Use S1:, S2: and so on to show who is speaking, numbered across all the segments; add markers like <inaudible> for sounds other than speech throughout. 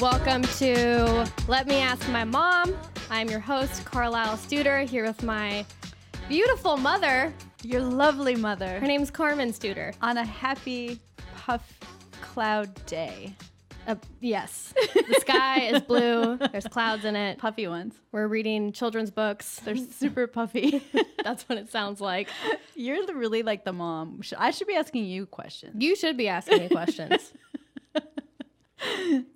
S1: Welcome to Let Me Ask My Mom. I'm your host, Carlisle Studer, here with my beautiful mother.
S2: Your lovely mother.
S1: Her name's Carmen Studer.
S2: on a happy puff cloud
S1: <laughs>
S2: day.
S1: Uh, yes. <laughs> The sky is blue, there's clouds in it.
S2: Puffy ones.
S1: We're reading children's books. <laughs>
S2: They're super puffy. <laughs>
S1: That's what it sounds like.
S2: You're the- really like the mom. Sh- I should be asking you questions.
S1: You should be asking me questions.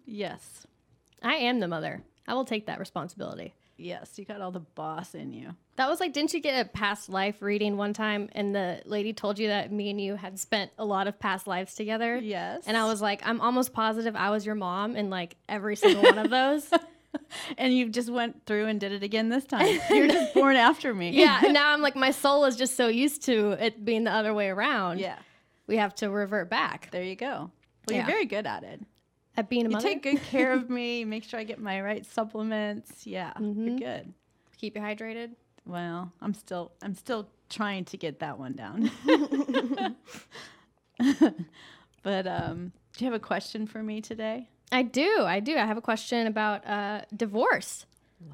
S2: Yes.
S1: <laughs> I am the mother. I will take that responsibility.
S2: Yes. You got all the boss in you.
S1: That was like, didn't you get a past life reading one time? And the lady told you that me and you had spent a lot of past lives together.
S2: Yes.
S1: And I was like, I'm almost positive I was your mom in like every single one of
S2: <laughs>
S1: those.
S2: And you just went through and did it again this
S1: <laughs>
S2: time. You're just born after me.
S1: yeah. And now I'm like, my soul is just so used to it being the other way around.
S2: <laughs> Yeah.
S1: We have to revert back
S2: There you go. Well,
S1: Yeah.
S2: you're very good at it.
S1: at being a
S2: You
S1: mother.
S2: take good care of me. You make sure I get my right supplements. Yeah.
S1: Mm-hmm.
S2: You're good.
S1: Keep you hydrated.
S2: Well, I'm still I'm still trying to get that
S1: <laughs>
S2: one down. but um, do you have a question for me today?
S1: I do. I do. I have a question about uh, divorce.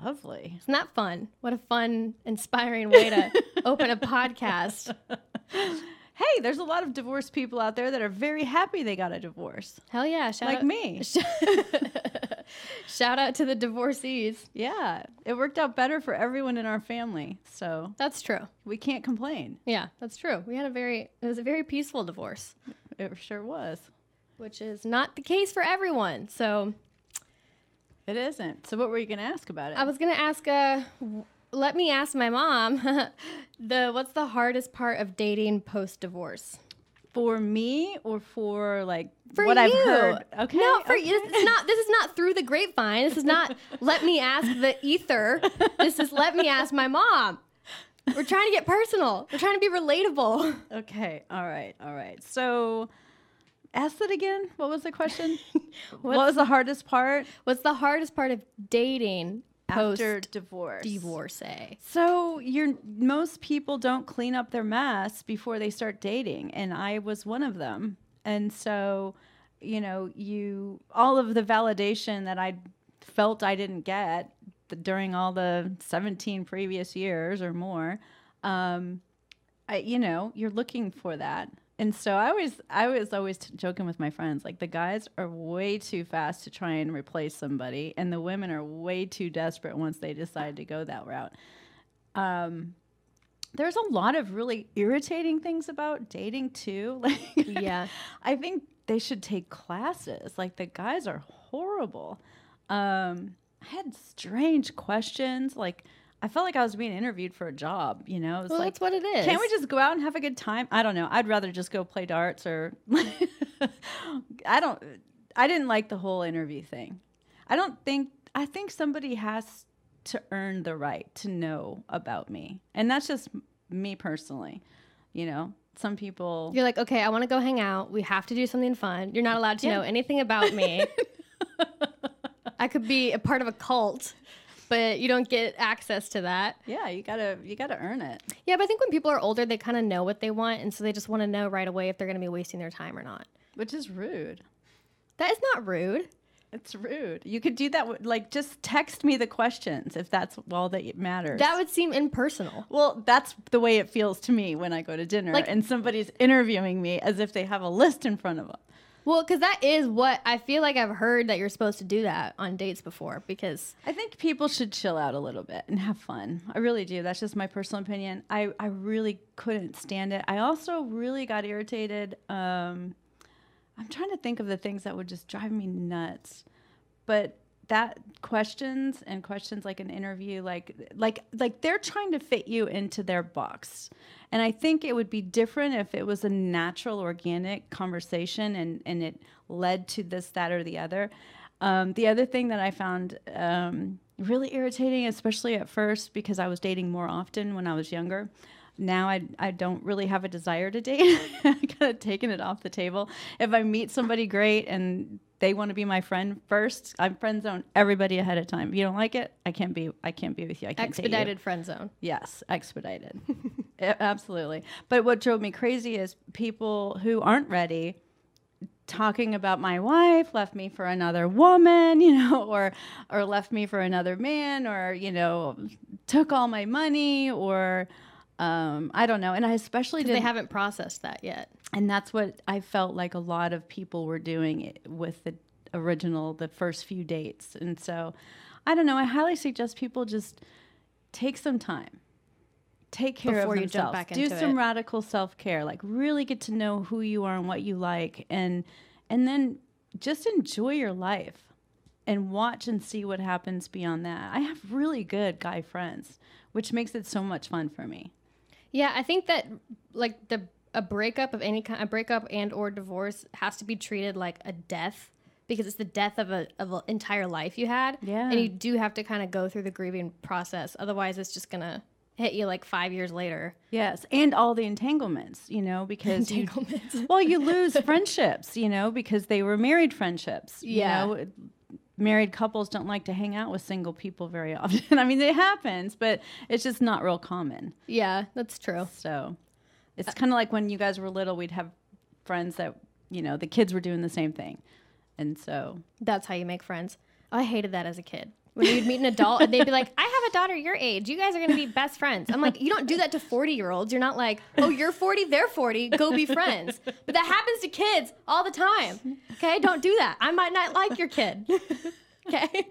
S2: Lovely.
S1: Isn't that fun? What a fun, inspiring way to
S2: <laughs>
S1: open a podcast.
S2: Hey, there's a lot of divorced people out there that are very happy they got a divorce,
S1: Hell yeah. Shout
S2: like
S1: out- <laughs>
S2: me.
S1: Shout out to the divorcees.
S2: Yeah, it worked out better for everyone in our family, so
S1: That's true.
S2: we can't complain.
S1: Yeah, that's true. We had a very, it was a very peaceful divorce.
S2: It sure was.
S1: which is not the case for everyone. So
S2: It isn't. So, what were you going to ask about it?
S1: I was gonna ask, uh, w- let me ask my mom, <laughs> the what's the hardest part of dating post divorce?
S2: for me, or for like
S1: For
S2: what I've
S1: you.
S2: heard? Okay.
S1: No, for
S2: okay.
S1: you. This is not. This is not through the grapevine. This is <laughs> not. let me ask the ether. This is let me ask my mom. We're trying to get personal. We're trying to be relatable. <laughs>
S2: Okay. All right. All right. So, ask that again. What was the <laughs> question? what
S1: What's-
S2: was the hardest part
S1: What's the hardest part of dating post
S2: after divorce?
S1: divorce?
S2: So, you're most people don't clean up their mess before they start dating, and I was one of them. And so, you know, you all of the validation that I felt I didn't get th- during all the 17 previous years or more. Um, I, you know, you're looking for that. And so I was, I was always t- joking with my friends, like the guys are way too fast to try and replace somebody, and the women are way too desperate once they decide to go that route. Um, there's a lot of really irritating things about dating too. <laughs> Like,
S1: <laughs> Yeah.
S2: I think they should take classes. Like the guys are horrible. Um, I had strange questions. Like I felt like I was being interviewed for a job. You know, it was
S1: Well,
S2: like
S1: that's what it is.
S2: can't we just go out and have a good time? I don't know. I'd rather just go play darts or <laughs> I don't I didn't like the whole interview thing. I don't think I think somebody has to earn the right to know about me. And that's just m- me personally. You know, some people
S1: You're like, okay, I want to go hang out. We have to do something fun. You're not allowed to know anything about
S2: <laughs>
S1: me. I could be a part of a cult, but you don't get access to that.
S2: Yeah, you got to you got to earn it.
S1: Yeah, but I think when people are older, they kind of know what they want. And so they just want to know right away if they're going to be wasting their time or not.
S2: Which is rude.
S1: That is not rude.
S2: It's rude. You could do that with, like just text me the questions if that's all that matters.
S1: That would seem impersonal.
S2: Well, that's the way it feels to me when I go to dinner
S1: Like-
S2: and somebody's interviewing me as if they have a list in front of them.
S1: Well, because that is what I feel like I've heard that you're supposed to do that on dates before because
S2: I think people should chill out a little bit and have fun. I really do. That's just my personal opinion. I, I really couldn't stand it. I also really got irritated. Um, I'm trying to think of the things that would just drive me nuts. But that questions and questions like an interview like like like they're trying to fit you into their box. And I think it would be different if it was a natural organic conversation and and it led to this that or the other. Um, the other thing that I found um, really irritating, especially at first, because I was dating more often when I was younger. Now I, I don't really have a desire to date. <laughs> I kind of taken it off the table. If I meet somebody great and they want to be my friend first, I'm friend zone everybody ahead of time. If you don't like it, I can't be I can't be with you. I can't date you.
S1: expedited friend zone.
S2: Yes, expedited. <laughs> A- Absolutely. But what drove me crazy is people who aren't ready talking about my wife left me for another woman, <laughs> you know, or or left me for another man, or you know, took all my money, or um, I don't know. And I especially
S1: They
S2: didn't.
S1: haven't processed that yet.
S2: and that's what I felt like a lot of people were doing it with the original, the first few dates. And so, I don't know. I highly suggest people just take some time, take care
S1: Before
S2: of
S1: you
S2: themselves,
S1: jump back
S2: do
S1: into
S2: some
S1: it.
S2: radical self care, like really get to know who you are and what you like, and and then just enjoy your life and watch and see what happens beyond that. I have really good guy friends, which makes it so much fun for me.
S1: Yeah, I think that like the a breakup of any kind, a breakup and or divorce has to be treated like a death because it's the death of a of an entire life you had.
S2: Yeah.
S1: and you do have to kind of go through the grieving process. Otherwise, it's just gonna hit you like five years later.
S2: Yes, and all the entanglements, you know,
S1: <laughs>
S2: because you
S1: Entanglements.
S2: well, you lose friendships, you know, because they were married friendships. you
S1: Yeah.
S2: know. married couples don't like to hang out with single people very often. <laughs> I mean, it happens, but it's just not real common.
S1: Yeah, that's true.
S2: So it's kind of like when you guys were little, we'd have friends that, you know, the kids were doing the same thing. And so,
S1: That's how you make friends. I hated that as a kid. When you'd meet an adult and they'd be like, I have a daughter your age. You guys are going to be best friends. I'm like, you don't do that to 40 year olds. You're not like, oh, you're 40, they're 40, go be friends. But that happens to kids all the time. Okay, don't do that. I might not like your kid. <laughs> Okay.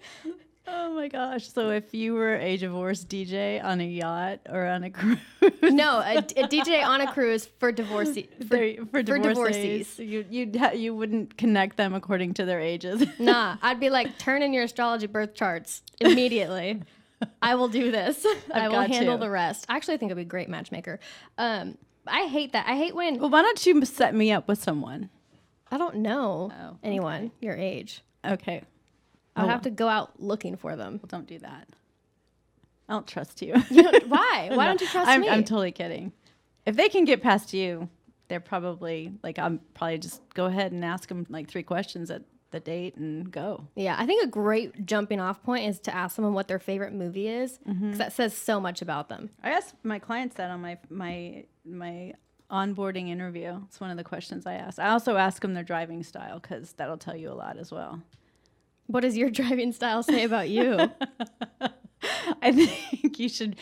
S2: oh my gosh. So if you were a divorced DJ on a yacht or on a <laughs> cruise,
S1: No, a, a DJ on a cruise for divorcee. For,
S2: for, for divorcees,
S1: divorcees.
S2: you you'd ha- you wouldn't connect them according to their ages. <laughs>
S1: nah, I'd be like, turn in your astrology birth charts
S2: <laughs>
S1: immediately. I will do this. <laughs> i will
S2: got
S1: handle
S2: to.
S1: the rest. Actually, I think I'd be a great matchmaker. Um, I hate that. I hate when
S2: well, why don't you set me up with someone?
S1: I don't know
S2: Oh,
S1: anyone your age.
S2: Okay,
S1: I would have to go out looking for them.
S2: <laughs> well, don't do that. I don't trust you. <laughs>
S1: Why? Why don't you trust
S2: I'm,
S1: me?
S2: I'm totally kidding. If they can get past you, they're probably like I'm probably just go ahead and ask them like three questions at the date and go.
S1: yeah, I think a great jumping off point is to ask someone what their favorite movie is because
S2: Mm-hmm.
S1: that says so much about them.
S2: I asked my clients that on my my my onboarding interview. It's one of the questions I ask. I also ask them their driving style because that'll tell you a lot as well. <laughs>
S1: What does your <laughs> driving style say about you?
S2: I think you should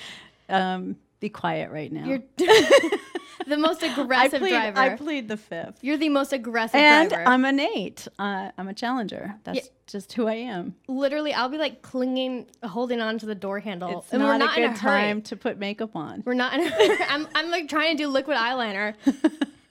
S2: um, be quiet right now. <laughs>
S1: You're <laughs> the most
S2: I
S1: aggressive
S2: plead,
S1: driver.
S2: I plead the fifth.
S1: You're the most aggressive
S2: And
S1: driver.
S2: I'm an eight. Uh, I'm a challenger. That's just who I am.
S1: Literally, I'll be like clinging, holding on to the door handle,
S2: It's
S1: and
S2: not,
S1: we're not
S2: a
S1: in
S2: good
S1: a hurry.
S2: time to put makeup on.
S1: We're not. In a <laughs> hurry. I'm. I'm like trying to do liquid
S2: <laughs>
S1: eyeliner,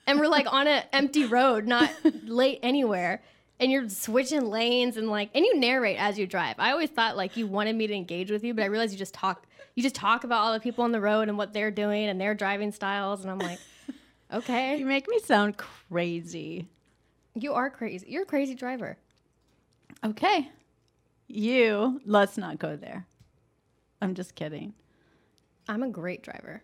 S1: and we're like on an empty road, not late anywhere. And you're switching lanes and like, and you narrate as you drive. I always thought like you wanted me to engage with you, but I realized you just talk. You just talk about all the people on the road and what they're doing and their driving styles, and I'm
S2: <laughs>
S1: like,
S2: You
S1: okay,
S2: make me sound crazy.
S1: you are crazy. You're a crazy driver.
S2: Okay. You, let's not go there. I'm just kidding.
S1: I'm a great driver.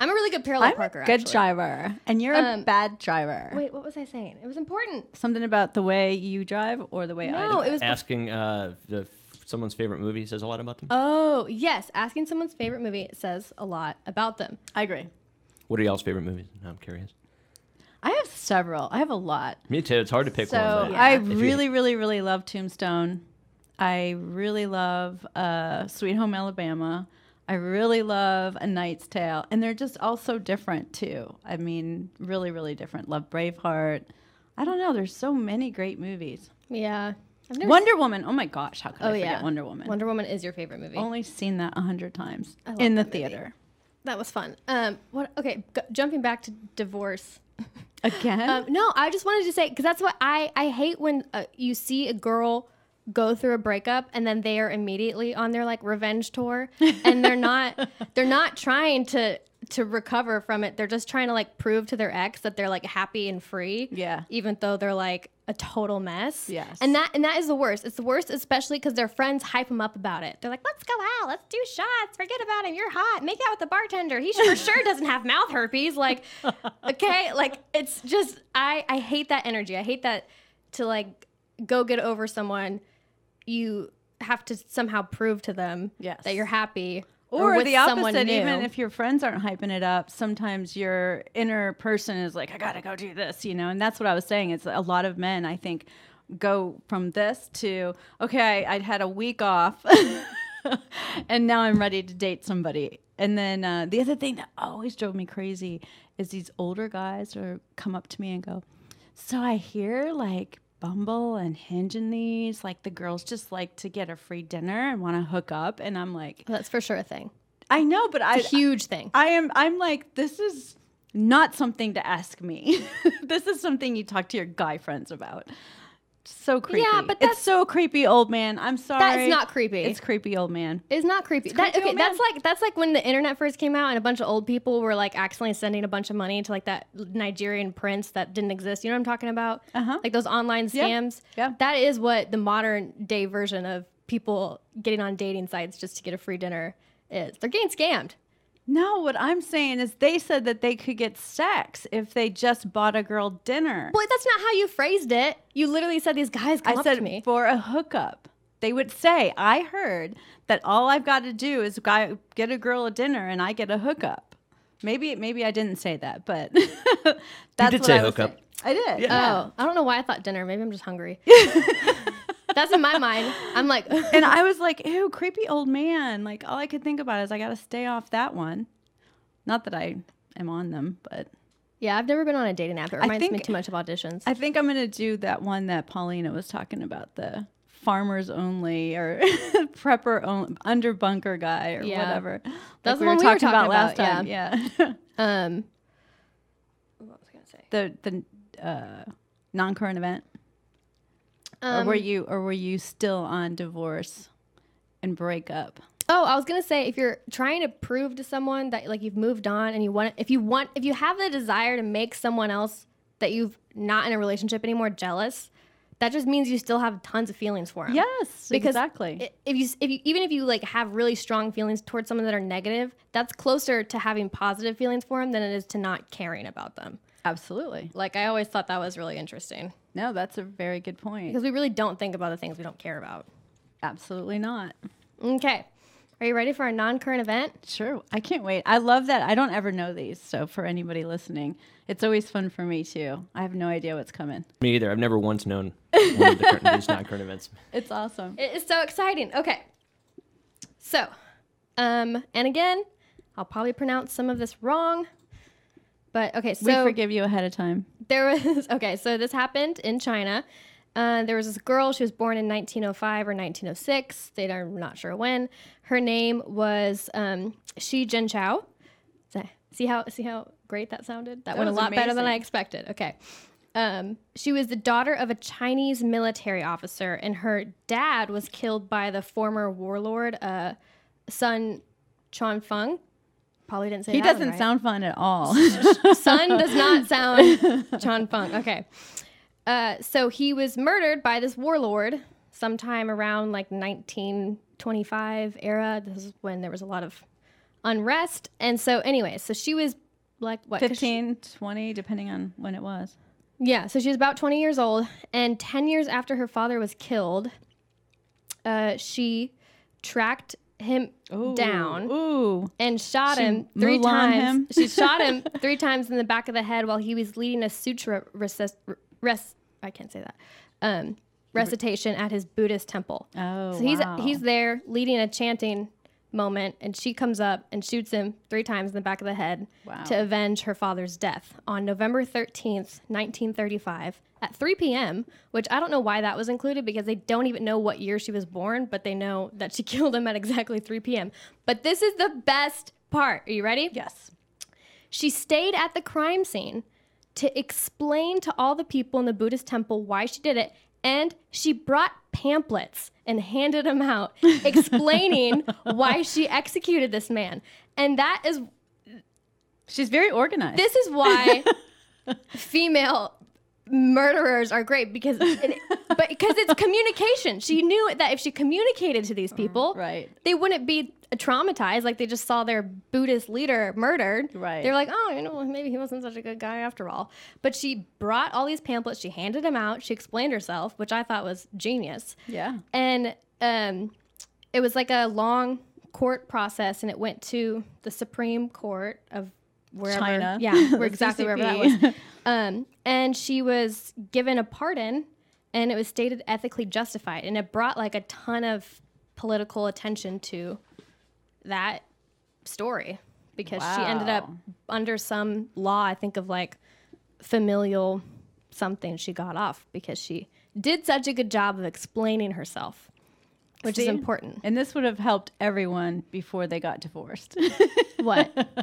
S1: I'm a really good parallel
S2: I'm
S1: parker.
S2: a good
S1: actually.
S2: driver, and you're a
S1: Um,
S2: bad driver.
S1: Wait, what was I saying? It was important.
S2: Something about the way you drive or the way I
S1: No,
S2: drive.
S1: Oh, it was
S3: Asking uh, the, someone's favorite movie says a lot about them.
S1: Oh, yes. Asking someone's favorite movie says a lot about them.
S2: I agree.
S3: what are y'all's favorite movies? Now I'm curious.
S2: I have several. I have a lot.
S3: Me too. It's hard to pick
S2: So
S3: one. but
S2: I
S3: if you-
S2: really, really, really love Tombstone. I really love uh, Sweet Home Alabama. I really love A Knight's Tale, and they're just all so different too. I mean, really, really different. Love Braveheart. I don't know. There's so many great movies.
S1: Yeah. I've never
S2: Wonder Woman. Oh my gosh, how could I
S1: Oh,
S2: forget
S1: yeah.
S2: Wonder Woman?
S1: Wonder Woman is your favorite movie.
S2: Only seen that a hundred times
S1: love
S2: in the
S1: that movie.
S2: theater.
S1: That was fun. Um, what? Okay, g- jumping back to divorce.
S2: Again,
S1: Um, no, I just wanted to say because that's what I I hate when uh, you see a girl go through a breakup and then they are immediately on their like revenge tour and they're <laughs> not they're not trying to to recover from it. They're just trying to like prove to their ex that they're like happy and free.
S2: Yeah.
S1: Even though they're like a total mess.
S2: Yes.
S1: And that and that is the worst. It's the worst especially cuz their friends hype them up about it. They're like, "Let's go out. Let's do shots. Forget about him. You're hot. Make out with the bartender. He for sure doesn't have mouth herpes."
S2: <laughs>
S1: Like, okay, like it's just I I hate that energy. I hate that to like go get over someone you have to somehow prove to them
S2: Yes.
S1: that you're happy Or
S2: or,
S1: with
S2: the
S1: someone
S2: opposite even
S1: new.
S2: if your friends aren't hyping it up sometimes your inner person is like i gotta go do this you know and that's what i was saying it's a lot of men i think go from this to okay I, i'd had a week off <laughs> and now i'm ready to date somebody and then uh, the other thing that always drove me crazy is these older guys or come up to me and go so i hear like bumble and hinge and these like the girls just like to get a free dinner and want to hook up and i'm like
S1: That's for sure a thing.
S2: I know, but I,
S1: A huge thing.
S2: I am, I'm like, this is not something to ask me. <laughs> this is something you talk to your guy friends about. So creepy.
S1: but
S2: it's so creepy, old man. I'm sorry.
S1: That is not creepy.
S2: It's creepy, old man.
S1: It's not creepy. that,
S2: creepy,
S1: okay,
S2: oh,
S1: that's
S2: man.
S1: like that's like when the internet first came out and a bunch of old people were like accidentally sending a bunch of money to like that Nigerian prince that didn't exist. You know what I'm talking about?
S2: Uh-huh.
S1: Like those online
S2: Yeah.
S1: scams.
S2: Yeah.
S1: That is what the modern day version of people getting on dating sites just to get a free dinner is. They're getting scammed.
S2: No, what I'm saying is they said that they could get sex if they just bought a girl dinner.
S1: Boy, that's not how you phrased it. You literally said these guys come
S2: I
S1: up
S2: said
S1: to me.
S2: for a hookup. They would say, I heard that all I've got to do is guy, get a girl a dinner and I get a hookup. Maybe maybe I didn't say that, but <laughs> that's
S3: did
S2: what
S3: say
S2: I was
S3: hookup.
S2: saying. I did.
S1: Oh,
S2: yeah.
S1: I don't know why I thought dinner. Maybe I'm just
S2: <laughs>
S1: hungry. that's in my mind. I'm like, <sighs>
S2: And I was like, ew, creepy old man. Like all I could think about is I got to stay off that one. Not that I am on them, but
S1: yeah, I've never been on a dating app. It reminds me
S2: think-
S1: too much of auditions.
S2: I think I'm going to do that one that Paulina was talking about the farmers only or <laughs> prepper on, under bunker guy or
S1: Yeah.
S2: whatever.
S1: That's
S2: Like
S1: the one we were talking about,
S2: last time. Yeah. <laughs>
S1: Um, what was I gonna say?
S2: the the uh, non-current event, or
S1: Um,
S2: were you or were you still on divorce and breakup?
S1: oh, I was gonna say if you're trying to prove to someone that like you've moved on and you want, if you want, if you have the desire to make someone else that you've not in a relationship anymore jealous, that just means you still have tons of feelings for them.
S2: Yes,
S1: Because
S2: exactly.
S1: I- If you, if you, even if you like have really strong feelings towards someone that are negative, that's closer to having positive feelings for them than it is to not caring about them.
S2: Absolutely.
S1: Like I always thought that was really interesting
S2: No, that's a very good point.
S1: because we really don't think about the things we don't care about.
S2: Absolutely not.
S1: Okay, are you ready for our non-current event?
S2: Sure, I can't wait. I love that. I don't ever know these, so for anybody listening, it's always fun for me too. I have no idea what's coming.
S3: Me either. I've never once known one of the current, these non-current events.
S2: It's awesome.
S1: It is so exciting. Okay. So, um, and again, I'll probably pronounce some of this wrong. But okay, so
S2: we forgive you ahead of time.
S1: there was <laughs> okay, so this happened in China. Uh, there was this girl. She was born in 1905 or 1906. They are not sure when. Her name was um, Shi Jinchao. So- See how see how great that sounded. That, went a
S2: was
S1: lot better than
S2: amazing.
S1: I expected. Okay. Um, she was the daughter of a Chinese military officer, and her dad was killed by the former warlord, uh, Sun Chuanfeng. Probably didn't say
S2: He
S1: that one
S2: doesn't
S1: right.
S2: sound fun
S1: <laughs>
S2: at all.
S1: Sun does not sound Chan Fung. Okay. Uh, so he was murdered by this warlord sometime around like 1925 era. This is when there was a lot of unrest. And so, anyway, so she was like what? 'cause she-
S2: 15, 20, depending on when it was.
S1: yeah, so she was about 20 years old, and 10 years after her father was killed, uh, she tracked him down
S2: Ooh.
S1: and shot him
S2: She
S1: three
S2: Mulan
S1: times.
S2: <laughs> him?
S1: She shot him three times in the back of the head while he was leading a sutra recess, rest. I can't say that. Um, recitation at his Buddhist temple.
S2: Oh,
S1: so he's
S2: wow.
S1: he's there leading a chanting moment, and she comes up and shoots him three times in the back of the head
S2: Wow.
S1: to avenge her father's death on November thirteenth, nineteen thirty-five. At 3 p.m., which I don't know why that was included because they don't even know what year she was born, but they know that she <laughs> killed him at exactly 3 p.m. But this is the best part. Are you ready?
S2: Yes.
S1: She stayed at the crime scene to explain to all the people in the Buddhist temple why she did it, and she brought pamphlets and handed them out explaining why she executed this man. And that is
S2: She's very organized.
S1: this is why female murderers are great because it, but because it's communication. She knew that if she communicated to these people,
S2: right.
S1: they wouldn't be traumatized like they just saw their Buddhist leader murdered.
S2: Right.
S1: They're like, oh, you know, maybe he wasn't such a good guy after all. But she brought all these pamphlets. She handed them out. She explained herself, which I thought was genius.
S2: Yeah.
S1: And um, it was like a long court process and it went to the Supreme Court of wherever.
S2: China.
S1: Yeah,
S2: <laughs> The
S1: where exactly wherever that
S2: CCP.
S1: was.
S2: <laughs>
S1: Um, and she was given a pardon and it was stated ethically justified. And it brought like a ton of political attention to that story because she ended up
S2: Wow.
S1: under some law, I think of like familial something she got off because she did such a good job of explaining herself, which is
S2: See? <laughs>
S1: important.
S2: And this would have helped everyone before they got divorced <laughs>
S1: What? oh,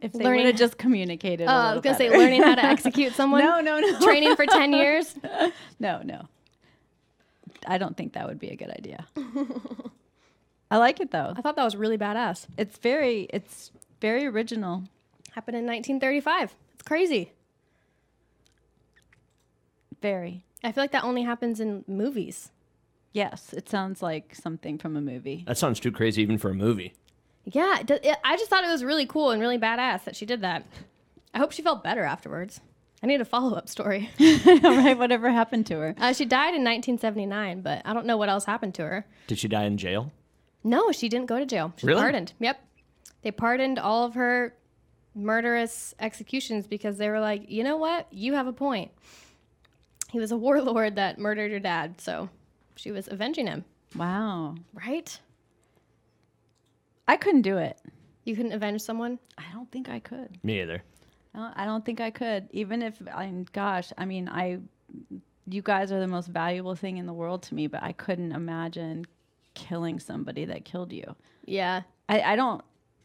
S2: if they would
S1: Learning- Oh,
S2: have just communicated. a
S1: I
S2: little
S1: was going to say
S2: better.
S1: learning
S2: <laughs>
S1: how to execute someone.
S2: No, <laughs> no, no.
S1: Training for
S2: <laughs>
S1: 10 years.
S2: No, no. I don't think that would be a good idea. <laughs> I like it though.
S1: I thought that was really badass.
S2: It's very it's very original.
S1: Happened in 1935. It's crazy.
S2: Very.
S1: I feel like that only happens in movies.
S2: Yes, it sounds like something from a movie. <laughs>
S3: That sounds too crazy even for a movie.
S1: Yeah, it, do- it, I just thought it was really cool and really badass that she did that. I hope she felt better afterwards. I need a follow up
S2: <laughs>
S1: story.
S2: All right, whatever happened to her.
S1: Uh, she died in 1979, but I don't know what else happened to her.
S3: Did she die in jail?
S1: No, she didn't go to jail. She was
S3: Really?
S1: pardoned. Yep. They pardoned all of her murderous executions because they were like, you know what? You have a point. He was a <laughs> warlord that murdered her dad, so she was avenging him,
S2: Wow.
S1: right?
S2: I couldn't do it.
S1: You couldn't avenge someone?
S2: I don't think I could.
S3: Me either.
S2: I don't- I don't think I could. Even if I gosh, I mean, I you guys are the most valuable thing in the world to me, but I couldn't imagine killing somebody that killed you.
S1: Yeah.
S2: I, I don't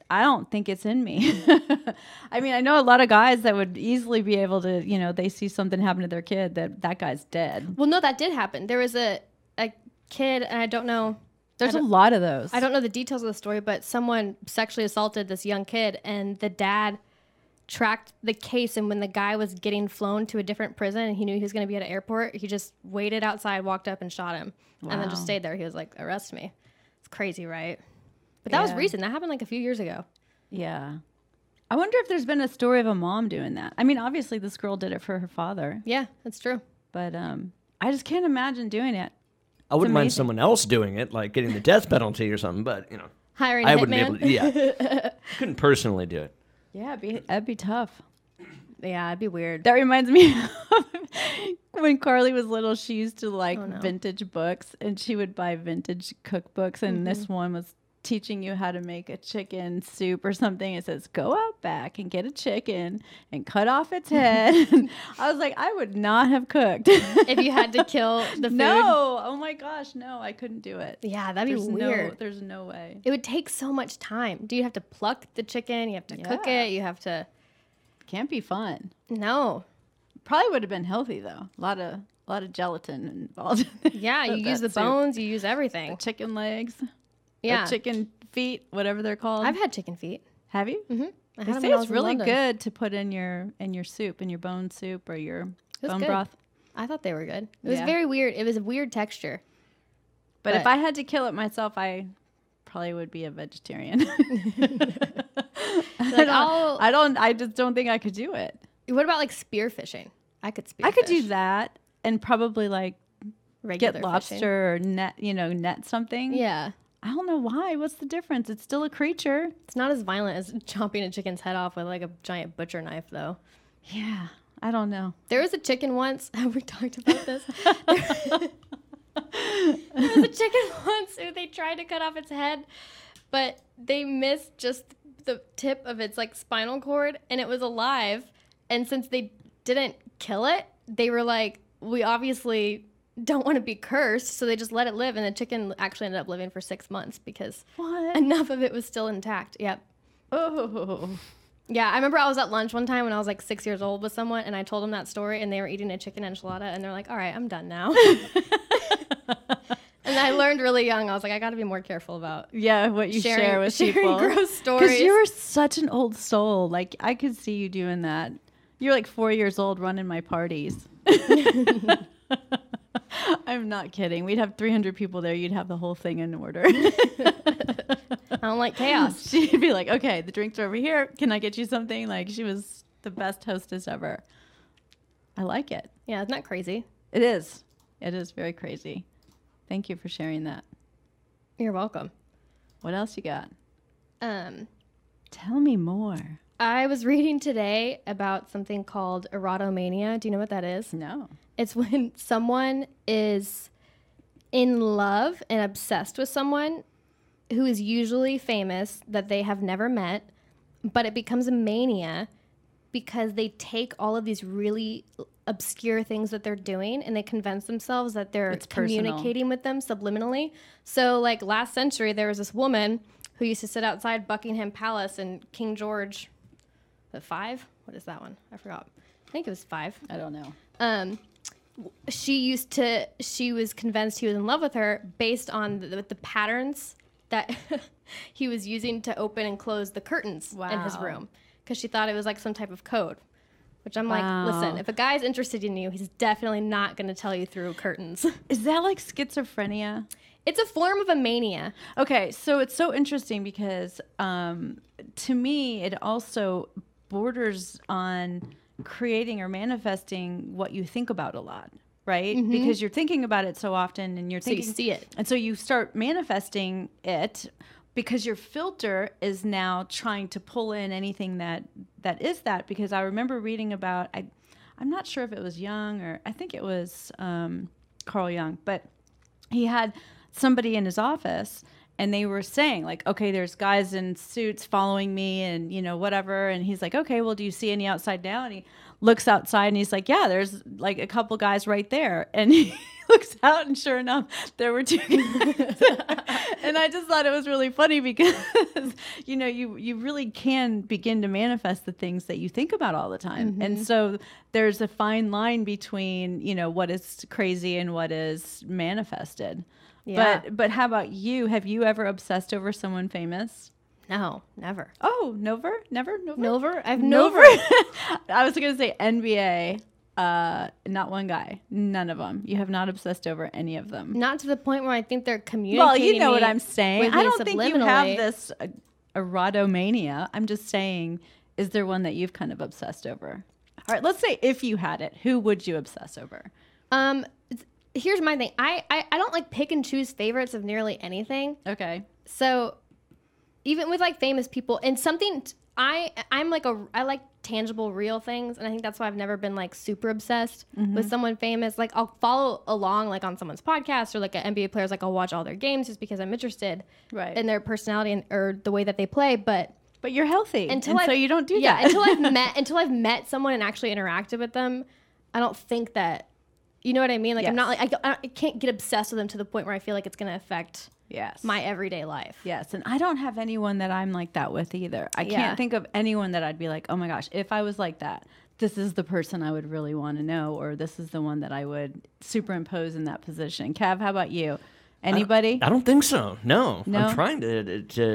S2: I don't think it's in me. <laughs> I mean, I know a lot of guys that would easily be able to, you know, they see something happen to their kid that that guy's dead.
S1: Well, no, that did happen. There was a, a kid, and I don't know
S2: There's a lot of those.
S1: I don't know the details of the story, but someone sexually assaulted this young kid, and the dad tracked the case. And when the guy was getting flown to a different prison, and he knew he was going to be at an airport, he just waited outside, walked up, and shot him, and then just
S2: Wow.
S1: stayed there. He was like, "Arrest me." It's crazy, right? But that was
S2: Yeah.
S1: recent. That happened like a few years ago.
S2: Yeah. I wonder if there's been a story of a mom doing that. I mean, obviously this girl did it for her father,
S1: Yeah, that's true.
S2: but um I just can't imagine doing it.
S3: I wouldn't mind
S2: amazing.
S3: someone else doing it, like getting the death penalty or something, but you know,
S1: Hiring a
S3: I
S1: hitman.
S3: wouldn't
S1: <laughs>
S3: be able to, yeah. Couldn't personally do it.
S2: Yeah, it'd be, that'd be tough.
S1: yeah, it'd be weird.
S2: That reminds me of <laughs> when Carly was little, she used to like
S1: Oh, no.
S2: vintage books and she would buy vintage cookbooks. And
S1: Mm-hmm.
S2: this one was teaching you how to make a chicken soup or something. It says, go out back and get a chicken and cut
S1: <laughs>
S2: off its head. <laughs> I was like, I would not have cooked. <laughs>
S3: e-
S1: if you had to kill <laughs> the food.
S2: no. Oh my gosh. No, I couldn't do it.
S1: Yeah, that'd be
S2: There's
S1: weird.
S2: no, there's no way.
S1: It would take so much time. Do you have to pluck the chicken? You have to cook
S2: Yeah.
S1: it. You have to.
S2: Can't be fun.
S1: No,
S2: Probably would have been healthy though. A lot of, a lot of gelatin involved.
S1: Yeah, you use the
S2: <laughs> That soup.
S1: bones, you use everything.
S2: Chicken legs. or
S1: Yeah.
S2: chicken feet, whatever they're called.
S1: I've had chicken feet.
S2: Have you?
S1: Mm-hmm. I
S2: They
S1: had 'em
S2: say
S1: when I was
S2: it's
S1: in
S2: really
S1: London.
S2: good to put in your in your soup, in your bone soup or your
S1: was
S2: bone
S1: good.
S2: broth.
S1: I thought they were good. It was
S2: Yeah.
S1: very weird. It was a weird texture.
S2: But, if
S1: But-
S2: I had to kill it myself, I probably would be
S1: <laughs>
S2: a vegetarian. <laughs> I,
S1: Like,
S2: don't,
S1: I'll-
S2: I don't. I just don't think I could do it.
S1: What about like spear fishing? I could spear.
S2: I could do
S1: fish.
S2: that and probably like
S1: regular
S2: get
S1: fishing.
S2: lobster or net, you know, net something.
S1: Yeah,
S2: I don't know why. What's the difference? It's still a creature.
S1: it's not as violent as <laughs> chopping a chicken's head off with like a giant butcher knife, though.
S2: Yeah. I don't know.
S1: There was a chicken once. <laughs> Have we talked about this? there was a chicken <laughs> once who they tried to cut off its head, but they missed just the tip of its like spinal cord, and it was alive. And since they didn't kill it, they were like, "We obviously don't want to be cursed," so they just let it live. And the chicken actually ended up living for six months because
S2: What?
S1: <laughs> enough of it was still intact. Yep.
S2: Oh.
S1: Yeah, I remember I was at lunch one time when I was like six years old with someone, and I told them that story, and they were eating a chicken enchilada, and they're like, "All right, I'm done now." <laughs> and I learned really young. I was like, I got to be more careful about
S2: Yeah, what you
S1: sharing,
S2: share with
S1: sharing
S2: people.
S1: gross
S2: Because
S1: stories.
S2: you were such an old soul. Like I could see you doing that. You're like four years old running my parties. <laughs> I'm not kidding. We'd have 300 people there. You'd have the whole thing in order. <laughs>
S1: I don't like chaos.
S2: She'd be like, "Okay, the drinks are over here. Can I get you something?" Like she was the best hostess ever. I like it.
S1: Yeah, isn't that crazy?
S2: It is. It is very crazy. Thank you for sharing that.
S1: You're welcome.
S2: What else you got?
S1: Um,
S2: Tell me more.
S1: I was reading today about something called erotomania. Do you know what that is?
S2: No.
S1: It's when <laughs> someone is in love and obsessed with someone who is usually famous that they have never met, but it becomes a mania because they take all of these really obscure things that they're doing and they convince themselves that they're
S2: It's personal.
S1: communicating with them subliminally. So, like last century, there was this woman who used to sit outside Buckingham Palace and King George, the five? What is that one? I forgot. I think it was five
S2: I don't know.
S1: um, she used to she was convinced he was in love with her based on the, the patterns that <laughs> he was using to open and close the curtains in his
S2: Wow.
S1: room because she thought it was like some type of code which i'm
S2: Wow.
S1: like listen if a guy's interested in you he's definitely not going to tell you through curtains <laughs>
S2: Is that like schizophrenia?
S1: it's a form of a mania
S2: Okay, so it's so interesting because um, to me, it also borders on creating or manifesting what you think about a lot, right? Because you're thinking about it so often and you're
S1: Mm-hmm. you
S2: thinking.
S1: see it.
S2: And so you start manifesting it because your filter is now trying to pull in anything that that is that because I remember reading about I I'm not sure if it was Young or I think it was um, Carl Young, but he had somebody in his office and they were saying like okay there's guys in suits following me and you know whatever and he's like okay well do you see any outside now and he looks outside and he's like yeah there's like a couple guys right there and <laughs> he looks out and sure enough there were two guys. <laughs> and i just thought it was really funny because <laughs> you know you you really can begin to manifest the things that you think about all the time
S1: Mm-hmm.
S2: and so there's a fine line between you know what is crazy and what is manifested
S1: Yeah.
S2: but but how about you have you ever obsessed over someone famous
S1: no never
S2: oh nover never nover
S1: Nover? I've
S2: Nover.
S1: Nover.
S2: <laughs> i was gonna say nba uh not one guy none of them you have not obsessed over any of them
S1: not to the point where i think they're communicating
S2: well you know what
S1: me
S2: i'm saying
S1: with
S2: i
S1: me
S2: don't think you have
S1: subliminally.
S2: this uh, erotomania i'm just saying is there one that you've kind of obsessed over all right let's say if you had it who would you obsess over
S1: um it's- here's my thing I, I i don't like pick and choose favorites of nearly anything
S2: okay
S1: so even with like famous people and something t- i i'm like a i like tangible real things and i think that's why i've never been like super obsessed
S2: Mm-hmm.
S1: with someone famous like i'll follow along like on someone's podcast or like an nba players like i'll watch all their games just because i'm interested
S2: Right.
S1: in their personality and or the way that they play but
S2: But you're healthy,
S1: until
S2: and
S1: I
S2: so you don't do
S1: yeah,
S2: that.
S1: until I've met until I've met someone and actually interacted with them, I don't think that you know what I mean. Like I'm not
S2: Yes.
S1: like I, don't- I don't- I can't get obsessed with them to the point where I feel like it's gonna affect
S2: <laughs> yes,
S1: my everyday life.
S2: yes, and I don't have anyone that I'm like that with either. I
S1: Yeah.
S2: can't think of anyone that I'd be like, oh my gosh, if I was like that, this is the person I would really want to know, or this is the one that I would superimpose in that position. Cav, how about
S1: Uh,
S2: you? Anybody?
S3: I don't think so. No,
S2: No?
S3: I'm trying to to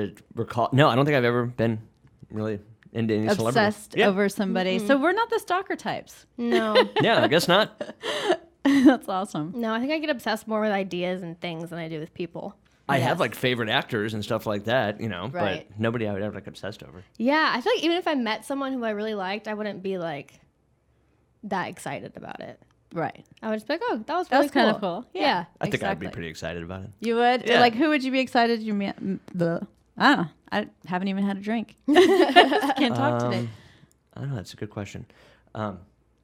S3: recall. No, I don't think I've ever been really into any celebrity.
S2: Obsessed
S3: Yeah.
S2: over somebody. So we're not the stalker types. <laughs>
S1: No,
S3: yeah, I guess not.
S2: That's awesome.
S1: no, I think I get obsessed more with ideas and things than I do with people.
S3: I
S2: Yes.
S3: have like favorite actors and stuff like that, you know,
S2: Right.
S3: but nobody I would ever like obsessed over.
S1: Yeah, I feel like even if I met someone who I really liked, I wouldn't be like that excited about it.
S2: Right.
S1: I would just be like, oh, that was
S2: That
S1: really
S2: was kind of cool.
S1: Yeah.
S3: I think I'd
S2: exactly.
S3: be pretty excited about it.
S2: You would?
S3: Yeah.
S2: Like, who would you be excited you met? m- The I don't know. I haven't even had a <laughs> drink. Can't talk today.
S3: Um, I don't know. That's a good question. Um,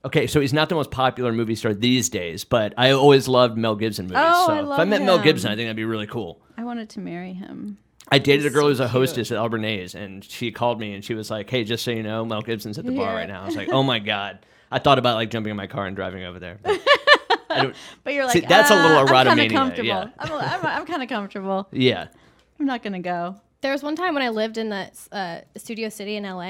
S3: okay, so he's not the most popular movie star these days, but I always loved Mel Gibson movies.
S2: Oh,
S3: so
S2: I
S3: if I
S2: love
S3: met Mel
S2: him.
S3: Gibson, I think that'd be really cool.
S2: I wanted to marry him.
S3: I dated a girl who was a hostess at Albernays, and she called me and she was like, "Hey, just so you know, Mel Gibson's at the
S2: Yeah.
S3: bar right now." I
S2: <laughs>
S3: was like, "Oh my god!" I thought about like jumping in my car and driving over there. but I don't,
S2: But you're like,
S3: See, that's a little
S2: "Ah, I'm
S3: erotomania,
S2: kinda comfortable.
S3: yeah.
S2: I'm, <laughs> a- I'm, I'm kind of comfortable. <laughs>
S3: yeah,
S2: I'm not gonna go.
S1: There was one time when I lived in the uh, Studio City in LA,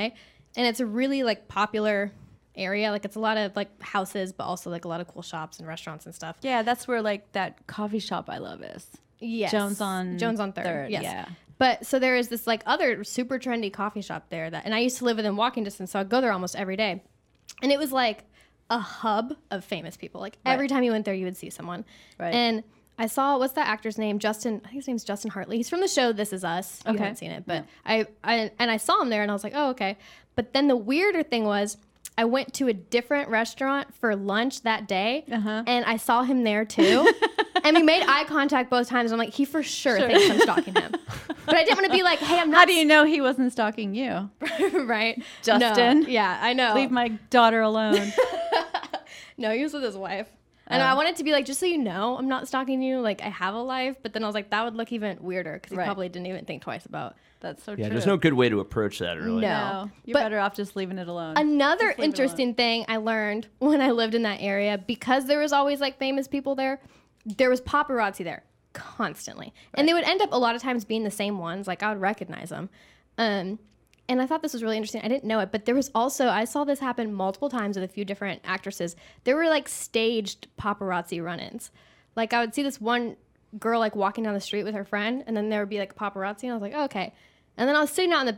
S1: and it's a really like popular area. Like it's a lot of like houses, but also like a lot of cool shops and restaurants and stuff.
S2: Yeah, that's where like that coffee shop I love is.
S1: Yes,
S2: Jones on
S1: Jones on Third.
S2: Third,
S1: yes.
S2: yeah.
S1: But so there is this like other super trendy coffee shop there that, and I used to live within walking distance, so I'd go there almost every day, and it was like a hub of famous people. Like every time you went there, you would see someone.
S2: Right.
S1: And I saw what's that actor's name? Justin. I think his name's Justin Hartley. He's from the show This Is Us. You
S2: Okay.
S1: haven't seen it, but I, I and I saw him there, and I was like, oh okay. But then the weirder thing was, I went to a different restaurant for lunch that day,
S2: Uh-huh.
S1: and I saw him there
S2: <laughs>
S1: too. and we made eye contact both times. I'm like, he for sure, thinks I'm stalking him, but I didn't want to be like, hey, I'm
S2: How
S1: not.
S2: do you know he wasn't stalking you?
S1: <laughs> right, No.
S2: Justin?
S1: Yeah, I know.
S2: Leave my daughter <laughs> alone.
S1: no, he was with his wife. And
S2: Oh.
S1: I wanted to be like, just so you know, I'm not stalking you. Like, I have a life. But then I was like, that would look even weirder because he
S2: Right.
S1: probably didn't even think twice about
S2: That's so
S3: Yeah,
S2: true.
S3: there's no good way to approach that, really.
S1: No.
S2: No, you're
S1: But-
S2: better off just leaving it alone.
S1: Another
S2: leave it
S1: interesting thing I learned <laughs> when I lived in that area, because there was always like famous people there, there was paparazzi there constantly. And they would end up a lot of times being the same ones. Like I would recognize them. Um, and I thought this was really interesting. I didn't know it, but there was also, I saw this happen multiple times with a few different actresses. There were like staged paparazzi run ins. Like I would see this one girl like walking down the street with her friend, and then there would be like paparazzi, and I was like, "Oh, okay. And then I was sitting out on the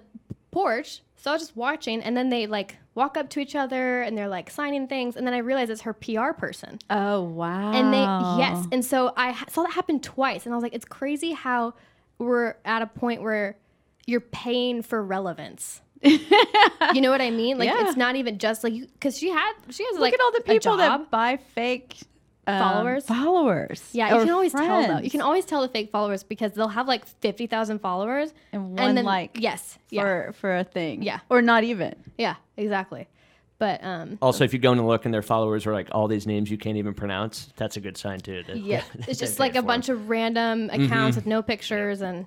S1: porch, so I was just watching, and then they like walk up to each other and they're like signing things, and then I realized it's her PR person.
S2: oh wow.
S1: And they yes,
S2: Oh.
S1: and so I ha- saw that happen twice, and I was like, it's crazy how we're at a point where you're paying for relevance. you know what I mean? Like
S2: <laughs> Yeah.
S1: it's not even just like because she had she has
S2: look
S1: like
S2: at all the
S1: a
S2: people
S1: job.
S2: that buy fake um,
S1: Followers?
S2: Followers.
S1: Yeah, you
S2: or
S1: can always tell though.
S2: friends
S1: You can always tell the fake followers because they'll have like fifty thousand followers
S2: And one like
S1: Yes.
S2: for
S1: Yeah.
S2: for a thing.
S1: Yeah.
S2: or not even.
S1: Yeah. Exactly. But um,
S3: Also, if you go in and look and their followers are like all these names you can't even pronounce, that's a good sign, too. that- <laughs>
S1: yeah,
S3: they're
S1: it's just
S3: paying
S1: like a
S3: for Mm-hmm. it.
S1: bunch of random accounts with no pictures and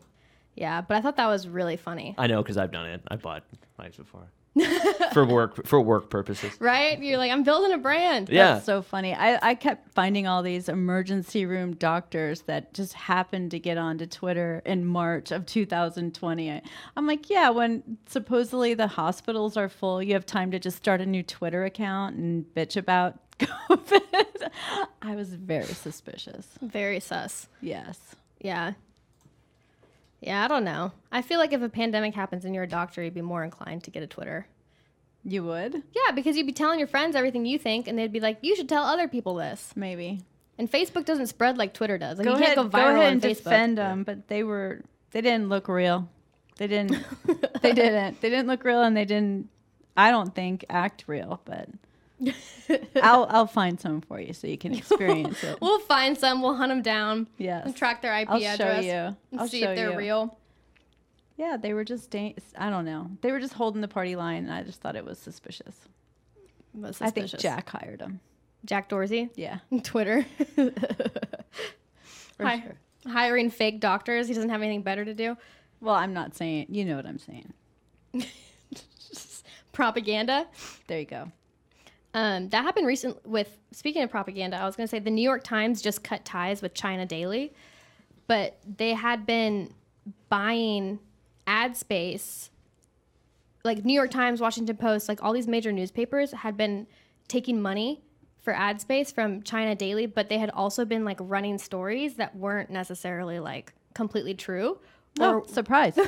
S1: yeah. But I thought that was really funny,
S3: I know because I've done it. I bought
S1: <laughs>
S3: mics before for work for work purposes.
S1: right? You're like, I'm building a brand.
S3: Yeah,
S2: That's so funny. I, I kept finding all these emergency room doctors that just happened to get onto Twitter in March of 2020. I, I'm like, yeah, when supposedly the hospitals are full, you have time to just start a new Twitter account and bitch about <laughs> COVID. I was very suspicious.
S1: Very sus.
S2: Yes.
S1: Yeah. Yeah, I don't know. I feel like if a pandemic happens and you're a doctor, you'd be more inclined to get a Twitter.
S2: You would?
S1: Yeah, because you'd be telling your friends everything you think, and they'd be like, "You should tell other people this."
S2: Maybe.
S1: And Facebook doesn't spread like Twitter does. Like,
S2: Go
S1: you
S2: ahead,
S1: can't
S2: go
S1: go viral
S2: ahead
S1: on
S2: and
S1: Facebook.
S2: defend them, but they were they didn't look real.
S1: <laughs>
S2: They didn't they didn't. They didn't look real and they didn't I don't think act real,
S1: <laughs>
S2: but I'll I'll find some for you so
S1: <laughs>
S2: you can experience it.
S1: We'll find some. We'll hunt them down.
S2: Yes.
S1: And track their IP
S2: I'll show
S1: address.
S2: you.
S1: And
S2: I'll
S1: see
S2: show
S1: if they're
S2: you.
S1: real.
S2: Yeah, they were just da- I don't know. They were just holding the party line and I just thought it was suspicious.
S1: But
S2: I think
S1: suspicious.
S2: Jack hired him.
S1: Jack Dorsey, <laughs>
S2: Yeah.
S1: Twitter.
S2: for
S1: Hi-
S2: sure.
S1: Hiring fake doctors. He doesn't have anything better to do.
S2: Well, I'm not saying, you know what I'm saying.
S1: Propaganda.
S2: There you go.
S1: Um, that happened recently with, speaking of propaganda, I was going to say the New York Times just cut ties with China Daily, but they had been buying ad space. Like New York Times, Washington Post, like all these major newspapers had been taking money for ad space from China Daily, but they had also been like running stories that weren't necessarily like completely true.
S2: Oh,
S1: Or, <laughs>
S2: surprise.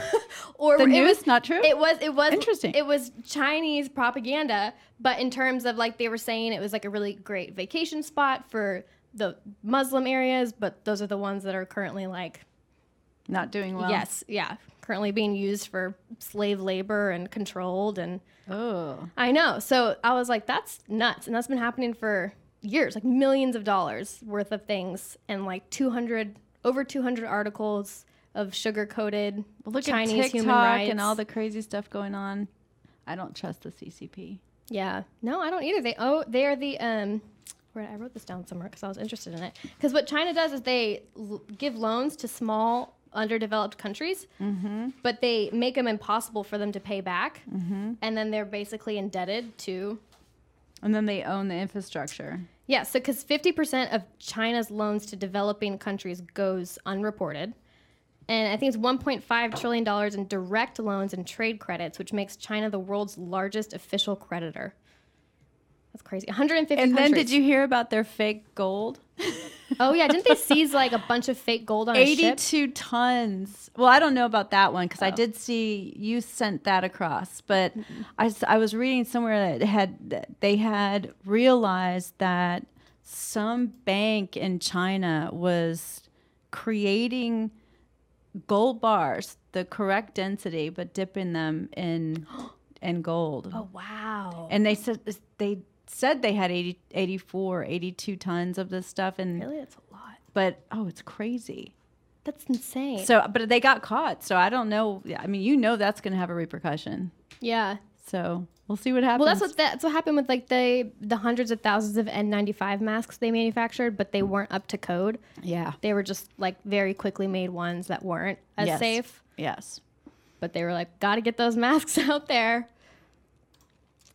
S1: or
S2: The
S1: it
S2: news
S1: was
S2: not true?
S1: it was it was
S2: Interesting.
S1: It was Chinese propaganda, but in terms of like they were saying it was like a really great vacation spot for the Muslim areas, but those are the ones that are currently like
S2: not doing well.
S1: yes, yeah, currently being used for slave labor and controlled and
S2: Oh.
S1: I know. So I was like that's nuts and that's been happening for years, like millions of dollars worth of things and like 200 over 200 articles of sugar-coated
S2: Well, look
S1: Chinese
S2: at TikTok
S1: human rights
S2: and all the crazy stuff going on. I don't trust the CCP.
S1: Yeah. No, I don't either. They oh, they are the um. Where I wrote this down somewhere because I was interested in it. Because what China does is they l- give loans to small underdeveloped countries, but they make them impossible for them to pay back, and then they're basically indebted to.
S2: And then they own the infrastructure.
S1: Yeah, so because 50% of China's loans to developing countries goes unreported. And I think it's $1.5 trillion in direct loans and trade credits, which makes China the world's largest official creditor. That's crazy. 150
S2: And then did
S1: countries.
S2: you hear about their fake gold?
S1: Oh, yeah. Didn't they seize like a bunch of fake gold on a ship? Oh.
S2: 82 tons. Well, I don't know about that one because I did see you sent that across, but I, s- I was reading somewhere that it had that they had realized that some bank in China was creating
S1: <gasps>
S2: gold bars the correct density but dipping them in and gold.
S1: Oh wow.
S2: And they said they said they had 80, 84, 82 tons of this stuff and
S1: really, that's a lot.
S2: but oh, it's crazy.
S1: That's insane.
S2: So but they got caught. So I don't know. Yeah, I mean, you know that's going to have a repercussion.
S1: yeah.
S2: So we'll see what happens.
S1: Well, that's what that's what happened with like the the hundreds of thousands of N95 masks they manufactured, but they weren't up to code.
S2: Yeah.
S1: They were just like very quickly made ones that weren't as
S2: Yes.
S1: safe.
S2: Yes.
S1: But they were like, gotta get those <laughs> masks out there.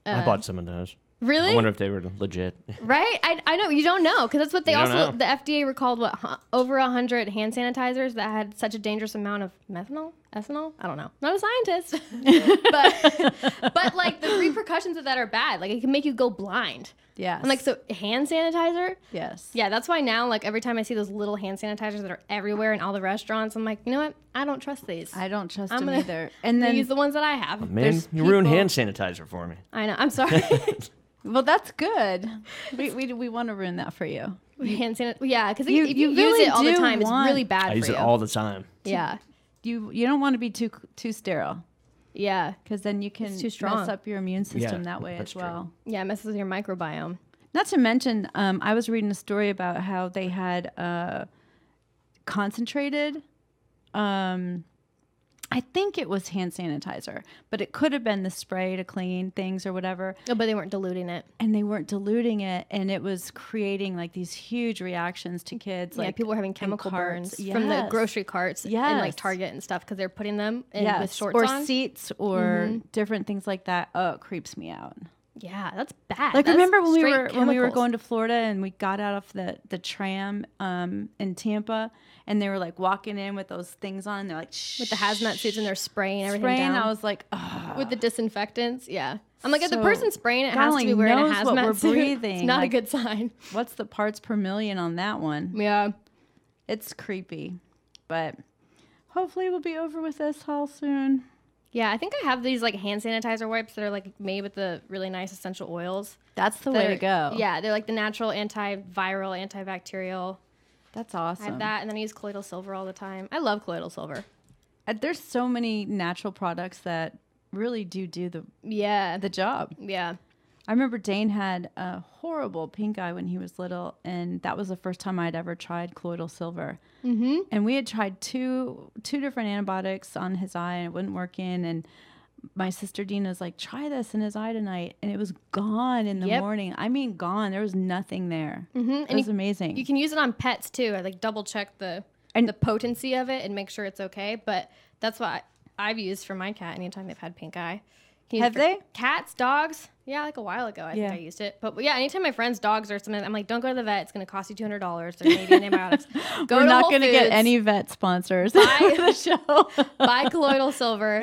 S3: I bought some of those.
S1: uh, Really?
S3: I wonder if they were legit.
S1: Right? I, I know you don't know because that's what they
S3: You don't
S1: also
S3: know.
S1: the FDA recalled what huh, over hundred hand sanitizers that had such a dangerous amount of methanol, ethanol. I don't know. Not a scientist, <laughs> but <laughs> but like the repercussions of that are bad. Like it can make you go blind.
S2: Yes.
S1: I'm like so hand sanitizer.
S2: yes.
S1: Yeah, that's why now like every time I see those little hand sanitizers that are everywhere in all the restaurants, I'm like, you know what? I don't trust these. I
S2: I don't trust
S1: I'm
S2: them
S1: gonna-
S2: either. And
S1: then,
S2: then
S1: use the ones that I have.
S3: Oh, Man,
S2: There's
S3: you ruined
S2: people-
S3: hand sanitizer for me.
S1: I know. I'm
S3: <laughs>
S1: sorry. <laughs>
S2: well, that's good. We we, we want to ruin that for you.
S1: hand sanitizer. Yeah, because
S2: You-
S1: if you,
S2: you
S1: use
S2: really
S1: it all the
S2: do
S1: time,
S2: want-
S1: it's really bad.
S3: I
S1: for
S3: use
S1: you.
S3: it all the time.
S1: Yeah.
S2: You you don't want to be too too sterile
S1: Yeah.
S2: because then you can
S1: too strong.
S2: mess up your immune system that way
S3: that's
S2: as
S3: true.
S2: well.
S1: Yeah, it messes with your microbiome.
S2: Not to mention, um, I was reading a story about how they had uh, concentrated. Um, I think it was hand sanitizer, but it could have been the spray to clean things or whatever.
S1: Oh, but they weren't diluting it.
S2: And they weren't diluting it, and it was creating like these huge reactions to kids.
S1: yeah,
S2: like
S1: people were having
S2: in
S1: chemical
S2: carts.
S1: burns from the
S2: Yes.
S1: grocery carts and like
S2: Yes.
S1: Target and stuff because they're putting them in
S2: Yes,
S1: with shorts
S2: or
S1: on. Mm-hmm.
S2: seats or different things like that. Oh, it creeps me out.
S1: yeah, that's bad.
S2: Like
S1: That's
S2: remember when we
S1: straight
S2: were when we were
S1: chemicals.
S2: going to Florida and we got out of the the tram um, in Tampa and they were like walking in with those things on and they're like shh,
S1: with the hazmat suits and they're spraying everything
S2: spraying.
S1: down
S2: I was like, oh,
S1: with the
S3: Ah.
S1: disinfectants? Yeah, I'm like if the
S2: So,
S1: person spraying it
S2: God
S1: has to
S2: only
S1: be wearing a
S2: knows
S1: hazmat
S2: what we're
S1: suit. It's
S2: breathing,
S1: not
S2: like-
S1: a good sign.
S2: what's the parts per million on that one?
S1: Yeah,
S2: It's creepy, but hopefully we'll be over with this all soon.
S1: yeah. I think I have these like hand sanitizer wipes that are like made with the really nice essential oils.
S2: That's the way to
S1: They're-
S2: go.
S1: Yeah, they're like the natural antiviral, antibacterial.
S2: that's
S1: I have
S2: awesome.
S1: that, and then I use colloidal silver all the time. I love colloidal silver.
S2: Uh, There's so many natural products that really do do the
S1: Yeah,
S2: the job.
S1: yeah.
S2: I remember Dane had a horrible pink eye when he was little, and that was the first time I'd ever tried colloidal silver. Mm-hmm. And we had tried two two different antibiotics on his eye, and it wasn't working. And my sister Dina's like, "Try this in his eye tonight," and it was gone in the
S1: Yep.
S2: morning. I mean, gone. There was nothing there. Mm-hmm. It was amazing.
S1: You can use it on pets too. I like double check the
S2: And-
S1: the potency of it and make sure it's okay. But that's what I, I've used for my cat anytime they've had pink eye. Can you use
S2: Have
S1: it for
S2: they?
S1: Cats, dogs. Yeah, like a while ago, I
S2: Yeah.
S1: think I used it. But yeah, anytime my friends' dogs or something, I'm like, don't go to the vet. It's going to cost you two hundred dollars. They're going to
S2: <laughs>
S1: give you antibiotics. Go
S2: We're
S1: to
S2: not
S1: Whole
S2: going to get
S1: Foods,
S2: any vet sponsors <laughs>
S1: Buy-
S2: for the show.
S1: <laughs>
S2: <laughs>
S1: Buy colloidal silver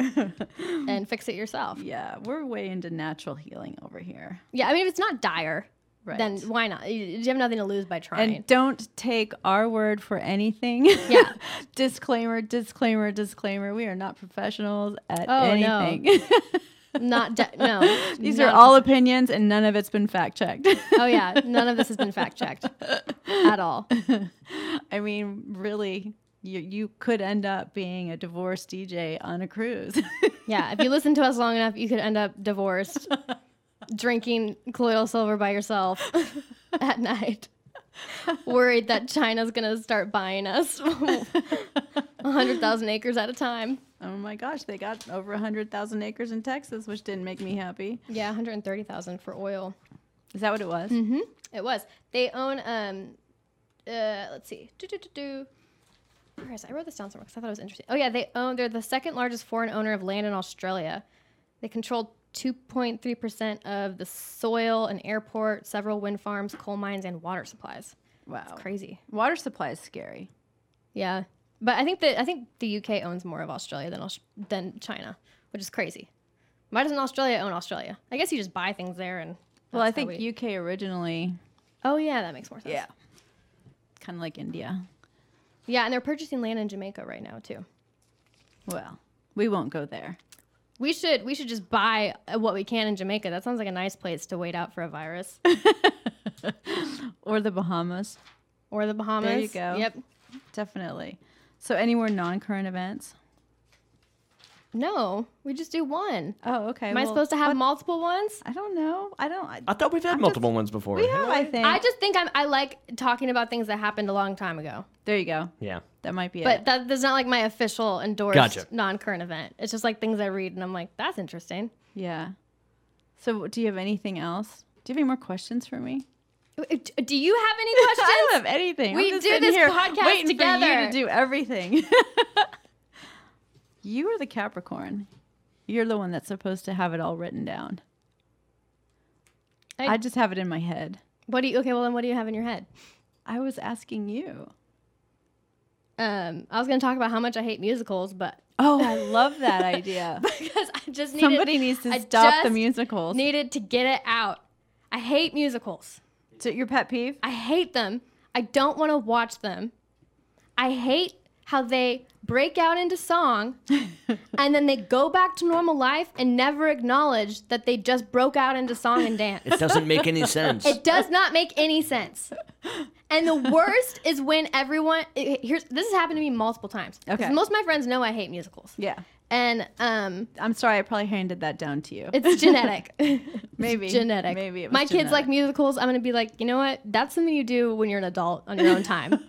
S1: and fix it yourself.
S2: yeah, we're way into natural healing over here.
S1: Yeah, I mean, if it's not dire,
S2: Right.
S1: then why not? You, you have nothing to lose by
S2: And
S1: trying.
S2: don't take our word for anything.
S1: Yeah.
S2: <laughs> disclaimer, disclaimer, disclaimer. We are not professionals at
S1: Oh, no.
S2: anything. <laughs>
S1: not di- no.
S2: These
S1: not
S2: are all opinions and none of it's been fact checked. <laughs>
S1: Oh yeah, none of this has been fact checked at all.
S2: I mean, really, you, you could end up being a divorced DJ on a cruise. <laughs>
S1: Yeah, if you listen to us long enough, you could end up divorced, drinking colloidal silver by yourself at night, worried that China's gonna start buying us <laughs> hundred thousand acres at a time.
S2: oh my gosh, they got over 100,000 acres in Texas, which didn't make me happy.
S1: Yeah, one hundred thirty thousand for oil.
S2: Is that what it was?
S1: Mm-hmm. It was. They own. Um, uh, let's see. Do do do do. Where is it? I wrote this down somewhere because I thought it was interesting. Oh yeah, they own. They're the second largest foreign owner of land in Australia. They controlled 2.3 percent of the soil, an airport, several wind farms, coal mines, and water supplies.
S2: Wow.
S1: Crazy.
S2: Water supply is scary.
S1: Yeah, but I think that I think the UK owns more of Australia than Aus- than China, which is crazy. Why doesn't Australia own Australia? I guess you just buy things there and.
S2: Well,
S1: that's
S2: I
S1: how
S2: think
S1: we-
S2: UK originally,
S1: Oh yeah, that makes more sense.
S2: kind of like India.
S1: Yeah, and they're purchasing land in Jamaica right now too.
S2: Well, we won't go there.
S1: We should we should just buy uh, what we can in Jamaica. That sounds like a nice place to wait out for a virus.
S2: Or the Bahamas,
S1: Or the Bahamas.
S2: go.
S1: Yep.
S2: definitely. So, any more non current events?
S1: No, we just do one.
S2: Oh, okay.
S1: Am I
S2: well,
S1: supposed to have
S2: what-
S1: multiple ones?
S2: I don't know. I don't. I,
S3: I thought we've had
S2: I'm
S3: multiple
S2: just-
S3: ones before.
S2: we have, I think.
S1: I just think I'm, I like talking about things that happened a long time ago.
S2: there you go.
S3: Yeah.
S2: That might be
S1: But
S2: it.
S1: that, that's not like my official endorsed
S3: Gotcha.
S1: non-current event. It's just like things I read and I'm like, that's interesting.
S2: Yeah. So, do you have anything else? Do you have any more questions for me?
S1: Uh, Do you have any <laughs> questions?
S2: I <laughs> don't have anything. I'm
S1: We
S2: just
S1: do
S2: sitting
S1: this
S2: here
S1: podcast
S2: waiting For you
S1: together.
S2: to do everything. <laughs> you are the Capricorn. You're the one that's supposed to have it all written down.
S1: I-
S2: I just have it in my head.
S1: What do you? Okay, well then, what do you have in your head?
S2: I was asking you.
S1: Um, I was gonna talk about how much I hate musicals, but
S2: Oh, I love that <laughs> idea.
S1: <laughs> because I just needed,
S2: Somebody needs to
S1: I
S2: stop the
S1: just
S2: musicals.
S1: Needed to get it out. I hate musicals.
S2: Is it your pet peeve?
S1: I hate them. I don't want to watch them. I hate how they break out into
S2: <laughs>
S1: song and then they go back to normal life and never acknowledge that they just broke out into song and dance.
S3: It doesn't
S1: <laughs>
S3: make any sense.
S1: It does not make any sense. And
S2: <laughs>
S1: the worst is when everyone it- here's this has happened to me multiple times. 'Cause
S2: Okay.
S1: Most of my friends know I hate musicals.
S2: Yeah.
S1: And um
S2: I'm sorry. I probably handed that down to you.
S1: it's genetic.
S2: <laughs> maybe
S1: genetic.
S2: Maybe it was
S1: my kids like
S2: genetic.
S1: musicals. I'm gonna be like, you know what? That's something you do when you're an adult on your own
S2: <laughs>
S1: time.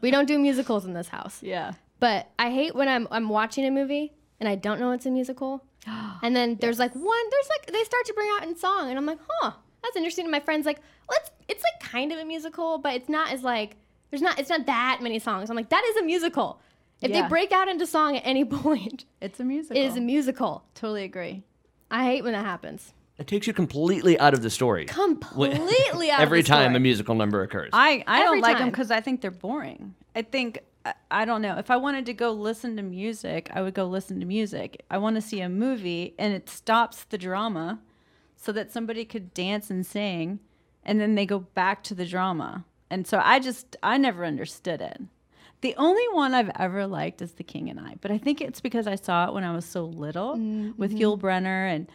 S1: we don't do musicals in this house.
S2: Yeah.
S1: But I hate when I'm I'm watching a movie and I don't know it's a
S2: <gasps>
S1: musical. And then there's like one there's like they start to bring out in song and I'm like, huh, that's interesting. And my friend's like, well, it's it's like kind of a musical, but it's not as like there's not it's not that many songs. I'm like, that is a musical. If
S2: Yeah. Oh.
S1: they break out into song at any <laughs> point,
S2: It's a musical.
S1: it is a musical.
S2: Totally agree.
S1: I hate when that happens.
S3: It takes you completely out of the story.
S1: Completely out
S3: <laughs>
S1: of the
S3: Every time
S1: story.
S3: a musical number occurs.
S2: I, I don't
S1: Every
S2: like them
S1: time.
S2: because I think they're boring. I think I, I don't know if I wanted to go listen to music, I would go listen to music. I want to see a movie, and it stops the drama, so that somebody could dance and sing, and then they go back to the drama. And so I just I never understood it. The only one I've ever liked is The King and I, but I think it's because I saw it when I was so little
S1: Mm-hmm.
S2: with Yul Brenner, and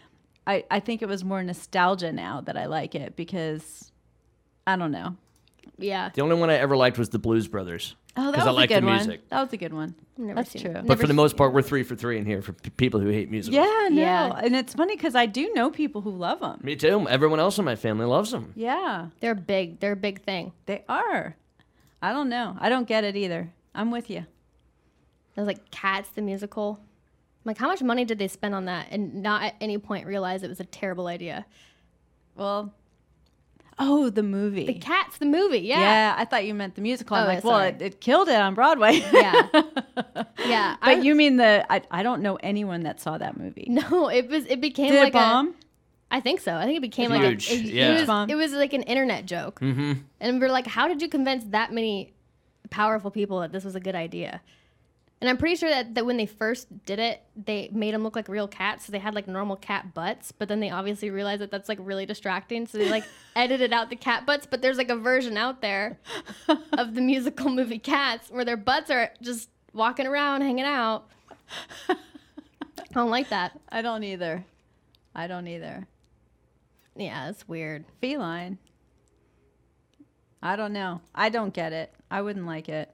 S2: I, I think it was more nostalgia now that I like it because I don't know.
S1: Yeah.
S3: the only one I ever liked was the Blues Brothers.
S2: Oh,
S3: 'cause
S2: that was
S3: I
S2: a
S3: like the
S2: good one.
S3: music.
S2: That was a good one.
S1: Never
S2: That's
S1: seen
S2: true.
S1: it.
S3: But for the most part, we're three for three in here for p- people who hate musicals.
S2: Yeah, no.
S1: Yeah.
S2: And it's funny because I do know people who love them.
S3: Me too. Everyone else in my family loves them.
S2: Yeah,
S1: They're big. They're a big thing.
S2: they are. I don't know. I don't get it either. I'm with you.
S1: There's like Cats the musical. I'm like, how much money did they spend on that and not at any point realize it was a terrible idea?
S2: Well, oh, the
S1: The
S2: movie.
S1: Cats the movie,
S2: yeah.
S1: yeah.
S2: I thought you meant the musical. I'm
S1: Oh,
S2: like,
S1: sorry.
S2: well, it, it killed it on <laughs> Broadway.
S1: Yeah. Yeah. I <laughs>
S2: but you mean the, I, I don't know anyone that saw that movie.
S1: no, it was it became
S2: Did
S1: like
S2: it bomb?
S1: a I think so. I think it became
S3: Huge,
S1: like a, it,
S3: yeah.
S1: it,
S2: Huge
S1: was,
S2: bomb.
S1: it was like an internet joke. Mm-hmm. And we're like, how did you convince that many powerful people that this was a good idea? And I'm pretty sure that, that when they first did it, they made them look like real cats. So they had like normal cat butts, but then they obviously realized that that's like really distracting. So they like edited out the cat butts, but there's like a version out there of the musical movie Cats where their butts are just walking around, hanging out. I don't like that.
S2: I don't either. I don't either.
S1: Yeah, it's weird.
S2: Feline. I don't know. I don't get it. I wouldn't like it.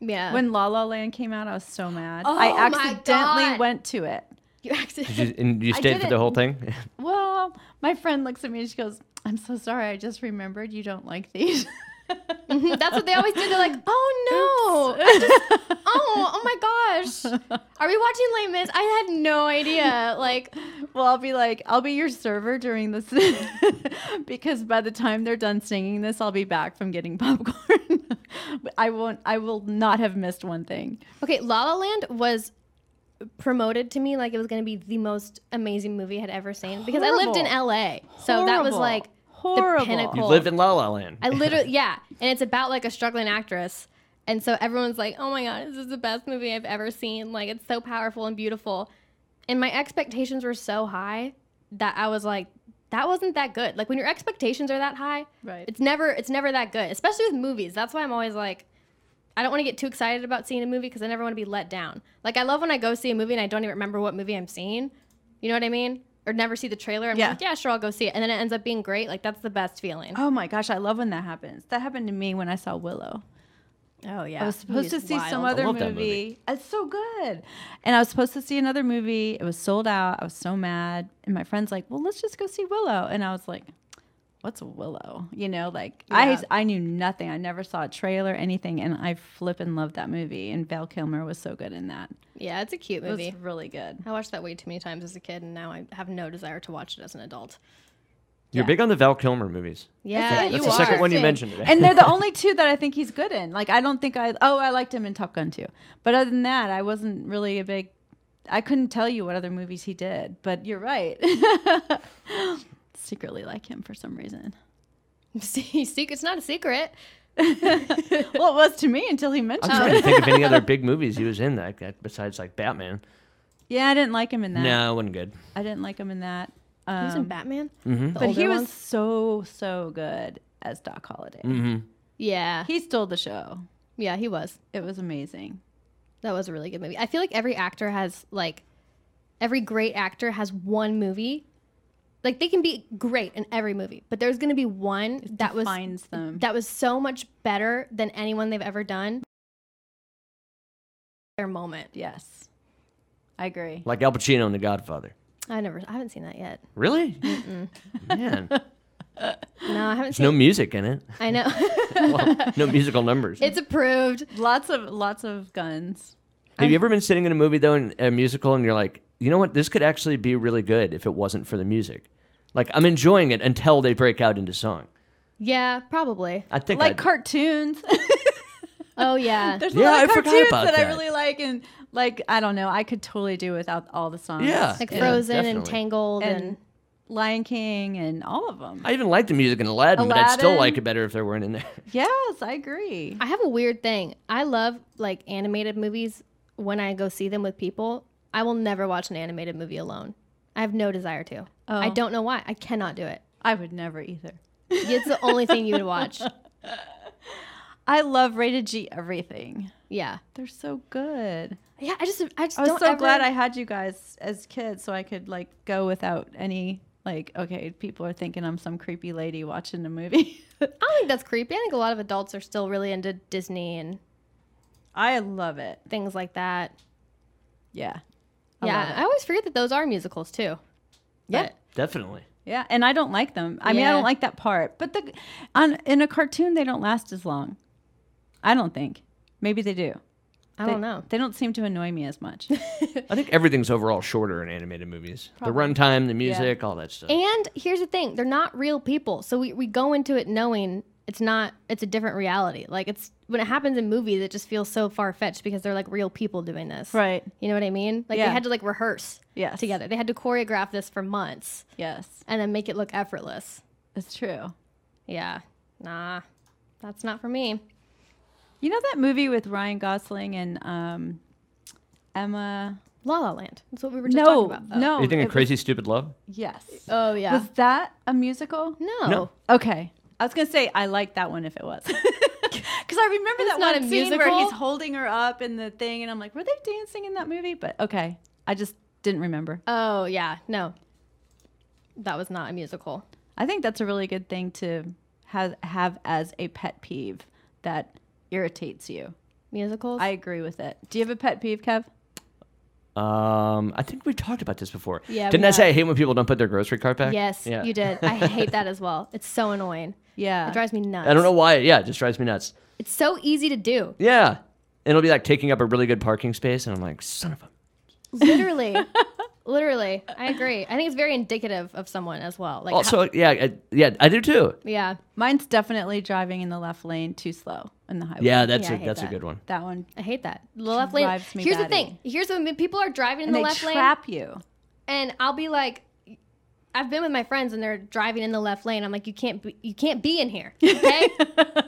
S1: Yeah.
S2: When La La Land came out, I was so mad.
S1: Oh my
S2: I accidentally
S1: God.
S2: went to it.
S1: you actually.
S3: Did you, and you
S2: I
S3: stayed for the
S2: didn't-
S3: whole thing?
S2: Well, my friend looks at me and she goes, I'm so sorry. I just remembered you don't like these.
S1: Mhm, <laughs> That's what they always do. They're like, oh no, I
S2: <laughs>
S1: just, oh, oh my gosh, are we watching Les Mis? I had no idea. Like,
S2: well, I'll be like, I'll be your server during this <laughs> because by the time they're done singing this, I'll be back from getting <laughs> popcorn. But I won't, I will not have missed one thing.
S1: okay, La La Land was promoted to me like it was going to be the most amazing movie I had ever seen because I lived in
S2: Horrible.
S1: LA, so that was
S2: Horrible.
S1: like
S2: Horrible.
S1: pinnacle.
S3: <laughs> You
S1: Cool.
S3: lived in La La Land.
S1: <laughs> I literally, yeah, and it's about like a struggling actress. And so everyone's like, oh my God, this is the best movie I've ever seen. Like, it's so powerful and beautiful. And my expectations were so high that I was like, that wasn't that good. Like, when your expectations are that high,
S2: Right.
S1: it's never it's never that good, especially with movies. That's why I'm always like, I don't want to get too excited about seeing a movie because I never want to be let down. Like, I love when I go see a movie and I don't even remember what movie I'm seeing. You know what I mean? Or never see the trailer. I'm
S2: Yeah.
S1: yeah. like, yeah, sure, I'll go see it. And then it ends up being great. Like, that's the best feeling.
S2: Oh my gosh, I love when that happens. That happened to me when I saw Willow.
S1: Oh yeah.
S2: I was supposed to see some other
S3: love
S2: movie.
S3: that movie.
S2: It's so good. And I was supposed to see another movie. It was sold out. I was so mad. And my friend's like, "Well, let's just go see Willow." And I was like, "What's Willow?" You know, like
S1: Yeah.
S2: I I knew nothing. I never saw a trailer, anything. And I flip and loved that movie. And Val Kilmer was so good in that.
S1: Yeah, it's a cute
S2: It
S1: movie.
S2: was really good.
S1: I watched that way too many times as a kid, and now I have no desire to watch it as an adult.
S3: You're
S2: Yeah.
S3: big on the Val Kilmer movies.
S1: Yeah,
S2: it.
S3: That's
S1: you
S3: the
S1: are.
S3: second one you
S2: Interesting.
S3: mentioned today.
S2: and
S3: <laughs>
S2: they're the only two that I think he's good in. Like I don't think I oh I liked him in Top Gun too, but other than that I wasn't really a big. I couldn't tell you what other movies he did, but you're right. <laughs> Secretly like him for some reason.
S1: <laughs> See, sec- it's not a secret.
S2: Well, it was to me until he mentioned.
S3: I'm
S2: it.
S3: trying to think of any other big movies he was in that, that besides like Batman.
S2: Yeah, I didn't like him in that.
S3: No, it wasn't good.
S2: I didn't like him in that.
S1: He was in
S2: Um,
S1: Batman.
S3: Mhm.
S1: The
S2: but he
S1: older
S2: was
S1: ones?
S2: so so good as Doc Holliday.
S3: hmm
S1: Yeah,
S2: He stole the show.
S1: yeah, he was.
S2: It was amazing.
S1: That was a really good movie. I feel like every actor has like every great actor has one movie. Like they can be great in every movie, but there's going to be one that was
S2: finds them.
S1: that was so much better than anyone they've ever done. Their moment.
S2: yes, I agree.
S3: Like Al Pacino in The Godfather.
S1: I never I haven't seen that yet.
S3: Really? Man, there's
S1: No, I haven't seen
S3: no music in it.
S1: I
S3: <laughs>
S1: know.
S3: Well, no musical numbers.
S1: <laughs> it's approved.
S2: Lots of lots of guns.
S3: Have you ever been sitting in a movie though, in a musical, and you're like, you know what, this could actually be really good if it wasn't for the music. Like I'm enjoying it until they break out into song.
S1: Yeah, probably.
S3: I think
S2: like
S3: I,
S2: cartoons.
S1: Oh yeah.
S2: <laughs> There's a
S3: Yeah,
S2: lot of
S3: I forgot
S2: cartoons
S3: about
S2: that, I
S3: that.
S2: really like, and like I don't know, I could totally do without all the songs.
S3: Yeah.
S1: like
S3: yeah,
S1: Frozen and
S3: definitely.
S1: Tangled and,
S2: and Lion King and all of them.
S3: I even like the music in Aladdin, but I'd still
S2: Aladdin.
S3: like it better if there weren't in there. <laughs>
S2: yes, I agree.
S1: I have a weird thing. I love like animated movies when I go see them with people. I will never watch an animated movie alone. I have no desire to. I
S2: Oh.
S1: don't know why. I cannot do it.
S2: I would never either.
S1: It's the only thing you would
S2: <laughs>
S1: watch.
S2: I love rated G everything.
S1: Yeah.
S2: They're so good.
S1: Yeah, I just I just
S2: I was
S1: don't
S2: so
S1: ever-
S2: glad I had you guys as kids, so I could like go without any like. Okay, people are thinking I'm some creepy lady watching a movie. <laughs>
S1: I don't think that's creepy. I think a lot of adults are still really into Disney and
S2: I love it.
S1: things like that.
S2: Yeah. love
S1: yeah,
S2: it.
S1: I always forget that those are musicals too.
S2: Yeah.
S1: But-
S3: Definitely.
S2: Yeah, and I don't like them. I mean, I
S1: Yeah.
S2: don't like that part. But the on in a cartoon, they don't last as long. I don't think. Maybe they do.
S1: I
S2: They-
S1: don't know.
S2: They don't seem to annoy me as much.
S3: I think everything's overall shorter in animated movies. The runtime, the music, all that stuff.
S1: And here's the thing, they're not real people. So we, we go into it knowing it's not it's a different reality. Like it's when it happens in movies it just feels so far fetched because they're like real people doing this.
S2: <laughs> right.
S1: You know what I mean? Like
S2: Yeah.
S1: they had to like rehearse
S2: Yes.
S1: together. They had to choreograph this for months
S2: Yes.
S1: and then make it look effortless.
S2: That's true.
S1: Yeah. Nah. That's not for me.
S2: You know that movie with Ryan Gosling and um, Emma?
S1: La La Land. That's what we were just
S2: No,
S1: talking about.
S2: no.
S3: Are you thinking
S2: it was-
S3: Crazy Stupid Love?
S2: Yes.
S1: Oh yeah.
S2: Was that a musical?
S1: no.
S3: No.
S2: Okay. I was gonna say I like that one if it was, <laughs> because I remember
S1: It's
S2: that
S1: not
S2: one
S1: a
S2: scene where he's
S1: musical?
S2: holding her up in the thing, and I'm like, were they dancing in that movie? But okay, I just didn't remember.
S1: Oh yeah. No. That was not a musical.
S2: I think that's a really good thing to have have as a pet peeve that irritates you.
S1: Musicals?
S2: I agree with it. Do you have a pet peeve, Kev?
S3: Um, I think we talked about this before.
S1: Yeah, we
S3: Didn't I
S1: have.
S3: say I hate when people don't put their grocery cart back?
S1: Yes,
S3: Yeah.
S1: you did.
S3: <laughs>
S1: I hate that as well. It's so annoying.
S2: Yeah.
S1: It drives me nuts.
S3: I don't know why. Yeah, it just drives me nuts.
S1: It's so easy to do.
S3: Yeah. And it'll be like taking up a really good parking space, and I'm like, son of a. <laughs>
S1: Literally. Literally. I agree. I think it's very indicative of someone as well. Like how-
S3: Also, Oh, yeah, I, yeah, I do too.
S1: yeah.
S2: Mine's definitely driving in the left lane too slow in the highway.
S3: Yeah, that's
S1: Yeah, I
S3: a,
S1: hate
S3: that's a
S1: that.
S3: good one.
S2: That one.
S1: I hate that. The left lane.
S2: Drives me
S1: Here's the
S2: batty.
S1: thing. Here's when people are driving in
S2: And
S1: the
S2: they
S1: left lane <laughs>
S2: trap you.
S1: and I'll be like I've been with my friends and they're driving in the left lane. I'm like, you can't be, you can't be in
S2: <laughs>
S1: here. Okay?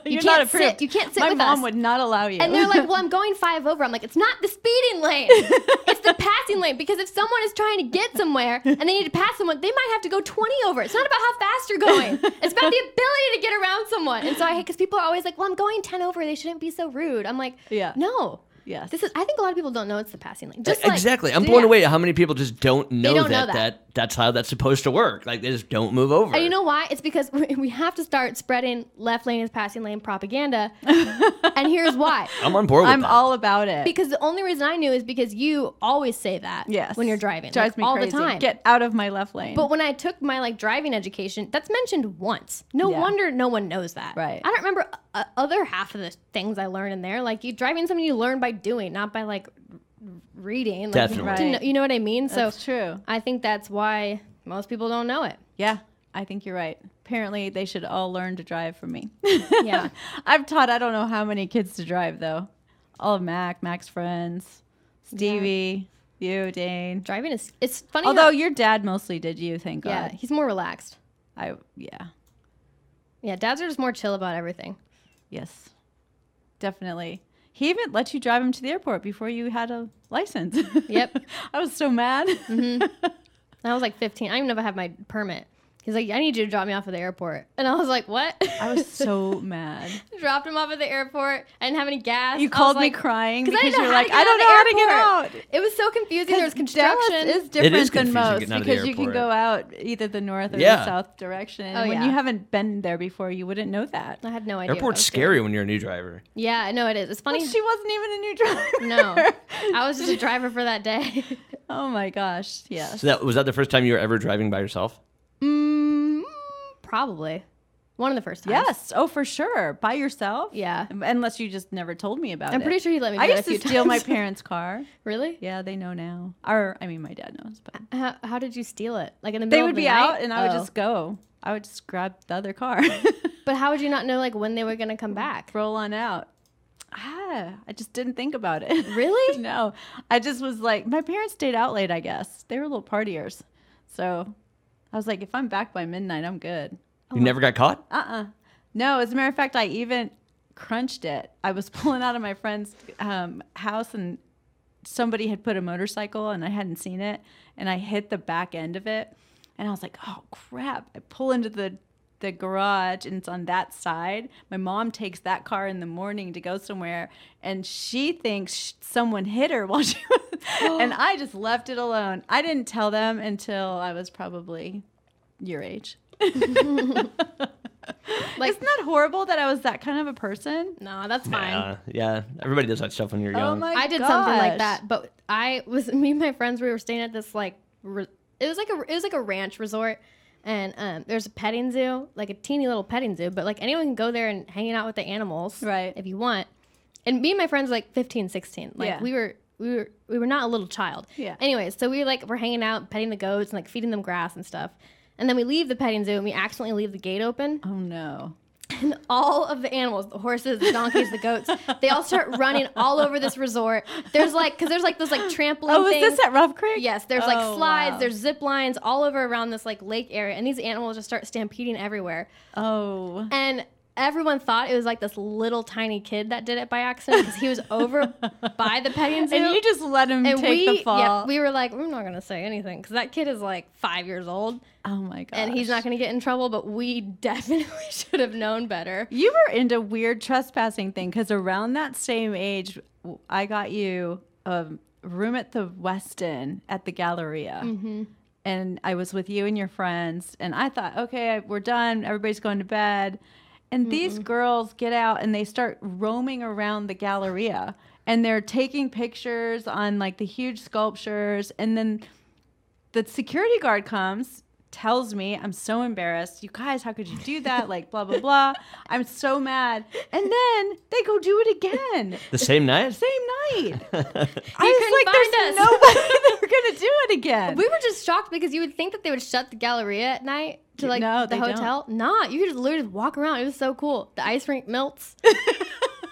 S2: You're
S1: can't
S2: not
S1: sit-
S2: approved.
S1: you can't sit
S2: My
S1: with
S2: mom
S1: us.
S2: would not allow you.
S1: And they're like,
S3: <laughs>
S1: well, I'm going five over. I'm like, it's not the speeding lane. it's
S3: <laughs>
S1: the passing lane. Because if someone is trying to get somewhere and they need to pass someone, they might have to go 20 over. It's not about how fast you're going. It's
S3: <laughs>
S1: about the ability to get around someone. And so I hate because people are always like, well, I'm going 10 over. They shouldn't be so rude. I'm like,
S2: Yeah.
S1: no.
S2: Yes.
S1: This is. I think a lot of people don't know it's the passing lane. Just like-
S3: E-, exactly. I'm blown
S1: yeah.
S3: away at how many people just don't know,
S1: don't
S3: that,
S1: know
S3: that
S1: that.
S3: that's how that's supposed to work. Like they just don't move over.
S1: And you know why? It's because <laughs> we we have to start spreading left lane is passing lane
S3: <laughs>
S1: propaganda. and here's why.
S3: I'm on board with
S2: <laughs> I'm
S3: that.
S2: all about it.
S1: Because the only reason I knew is because you always say that
S2: yes.
S1: when you're driving.
S2: drives
S1: like,
S2: me
S1: all
S2: crazy.
S1: the time.
S2: Get out of my left lane.
S1: but when I took my like driving education, that's mentioned once. No
S2: Yeah.
S1: wonder no one knows that.
S2: Right.
S1: I don't remember uh, other half of the things I learned in there. Like you driving something you learn by doing, not by like r- reading. Like,
S3: Definitely.
S1: to know-
S2: Right.
S1: you know what I mean?
S2: that's
S1: so
S2: true.
S1: I think that's why most people don't know it.
S2: Yeah, I think you're right. Apparently, they should all learn to drive from me. <laughs>
S1: Yeah.
S2: I've taught I don't know how many kids to drive though. All of Mac, Mac's friends, Stevie, you, Dane.
S1: driving is it's funny.
S2: Although
S1: how-
S2: your dad mostly did you, thank
S1: oh, yeah,
S2: God.
S1: he's more relaxed.
S2: I yeah.
S1: Yeah, dads are just more chill about everything.
S2: Yes. Definitely. He even let you drive him to the airport before you had a license.
S1: Yep.
S2: <laughs>
S1: Mm-hmm.
S2: I was so mad.
S1: And I was like 15. I don't even know if I have my permit. He's like, I need you to drop me off at the airport. And I was like, what?
S2: <laughs>
S1: <laughs>
S2: I was so mad.
S1: dropped him off at the airport. I didn't have any gas.
S2: You
S1: I was
S2: called
S1: like-
S2: me crying
S1: 'cause I
S2: because
S1: didn't know how
S2: you're
S1: to
S2: like,
S1: get
S2: I don't know
S1: out
S2: how
S1: of
S2: to
S1: the
S2: get out.
S1: It was so confusing. There was
S2: Because
S1: construction.
S2: Dallas is different than
S3: confusing
S2: most
S3: getting out of the
S2: because you can
S3: airport.
S2: go out either the north or the
S3: Yeah.
S2: south direction.
S1: Oh,
S2: when
S1: yeah.
S2: you haven't been there before, you wouldn't know that.
S1: I had no idea. what I
S3: Airport's
S1: was doing.
S3: scary when you're a new driver.
S1: Yeah, I know it is. It's funny.
S2: She wasn't even a new driver.
S1: No, <laughs>
S2: <laughs>
S1: I was just a driver for that day. <laughs>
S2: oh my gosh. Yes.
S3: So that was that the first time you were ever driving by yourself?
S1: mm, probably one of the first times.
S2: Yes. Oh, for sure. By yourself.
S1: Yeah.
S2: Unless you just never told me about it.
S1: I'm pretty sure he let me. Do
S2: I
S1: that
S2: used
S1: a
S2: to
S1: few
S2: steal my <laughs>
S1: times. <laughs>
S2: parents' car.
S1: Really?
S2: Yeah, they know now. Or I mean, my dad knows, but
S1: How, how did you steal it? Like in the middle
S2: they
S1: of
S2: would
S1: the
S2: be
S1: night?
S2: out, and I would
S1: Oh.
S2: just go. I would just grab the other car, <laughs>
S1: But how would you not know like when they were gonna come back?
S2: roll on out. Ah, I just didn't think about it. <laughs>
S1: Really?
S2: no, I just was like, my parents stayed out late. I guess they were little partiers, so I was like, if I'm back by midnight, I'm good.
S3: You never got caught?
S2: Uh-uh. No, as a matter of fact, I even crunched it. I was <laughs> pulling out of my friend's um, house and somebody had put a motorcycle and I hadn't seen it and I hit the back end of it and I was like, "Oh crap." I pull into the the garage and it's on that side. My mom takes that car in the morning to go somewhere and she thinks sh- someone hit her <laughs> while she was and I just left it alone. I didn't tell them until I was probably your age.
S1: Like-
S2: Isn't that horrible that I was that kind of a person?
S1: No, that's fine.
S3: Yeah, yeah. Everybody does that stuff when you're
S2: Oh
S3: young.
S1: I did something like
S2: gosh.
S1: that, but I was <laughs> me and my friends. We were staying at this like re- it was like a it was like a ranch resort, and um, there's a petting zoo, like a teeny little petting zoo, but like anyone can go there and hanging out with the animals,
S2: Right.
S1: If you want. And me and my friends were, like 15, 16. like
S2: Yeah.
S1: we were. We were we were not a little child.
S2: Yeah.
S1: Anyways, so we were like we're hanging out, petting the goats and like feeding them grass and stuff. And then we leave the petting zoo and we accidentally leave the gate open
S2: Oh no.
S1: and all of the animals the horses the donkeys the goats they all start running all over this resort there's like because there's like those like trampoline
S2: Oh, was
S1: things
S2: this at Rough Creek?
S1: yes there's like
S2: Oh,
S1: slides
S2: wow.
S1: there's zip lines all over around this like lake area and these animals just start stampeding everywhere
S2: Oh.
S1: and everyone thought it was like this little tiny kid that did it by accident because he was
S2: <laughs>
S1: over by the petting zoo
S2: And you just let him
S1: and
S2: take
S1: we,
S2: the fall.
S1: yeah, we were like, we're not gonna say anything because that kid is like five years old
S2: oh my god.
S1: and he's not gonna get in trouble. But we <laughs> definitely should have known better.
S2: You were into weird trespassing thing because around that same age, w- I got you a room at the Westin at the Galleria. And I was with you and your friends, and I thought, okay, we're done. Everybody's going to bed. And these girls get out and they start roaming around the Galleria and they're taking pictures on like the huge sculptures. And then the security guard comes tells me i'm so embarrassed you guys how could you do that like blah blah blah i'm so mad and then they go do it again
S3: The same night?
S2: same
S1: <laughs>
S2: night i
S1: couldn't
S2: was like
S1: find
S2: there's
S1: us."
S2: nobody <laughs> that we're gonna do it again
S1: We were just shocked because you would think that they would shut the Galleria at night to like
S2: No,
S1: the
S2: they don't.
S1: hotel. Nah, you could just literally walk around. It was so cool. The ice rink melts. <laughs>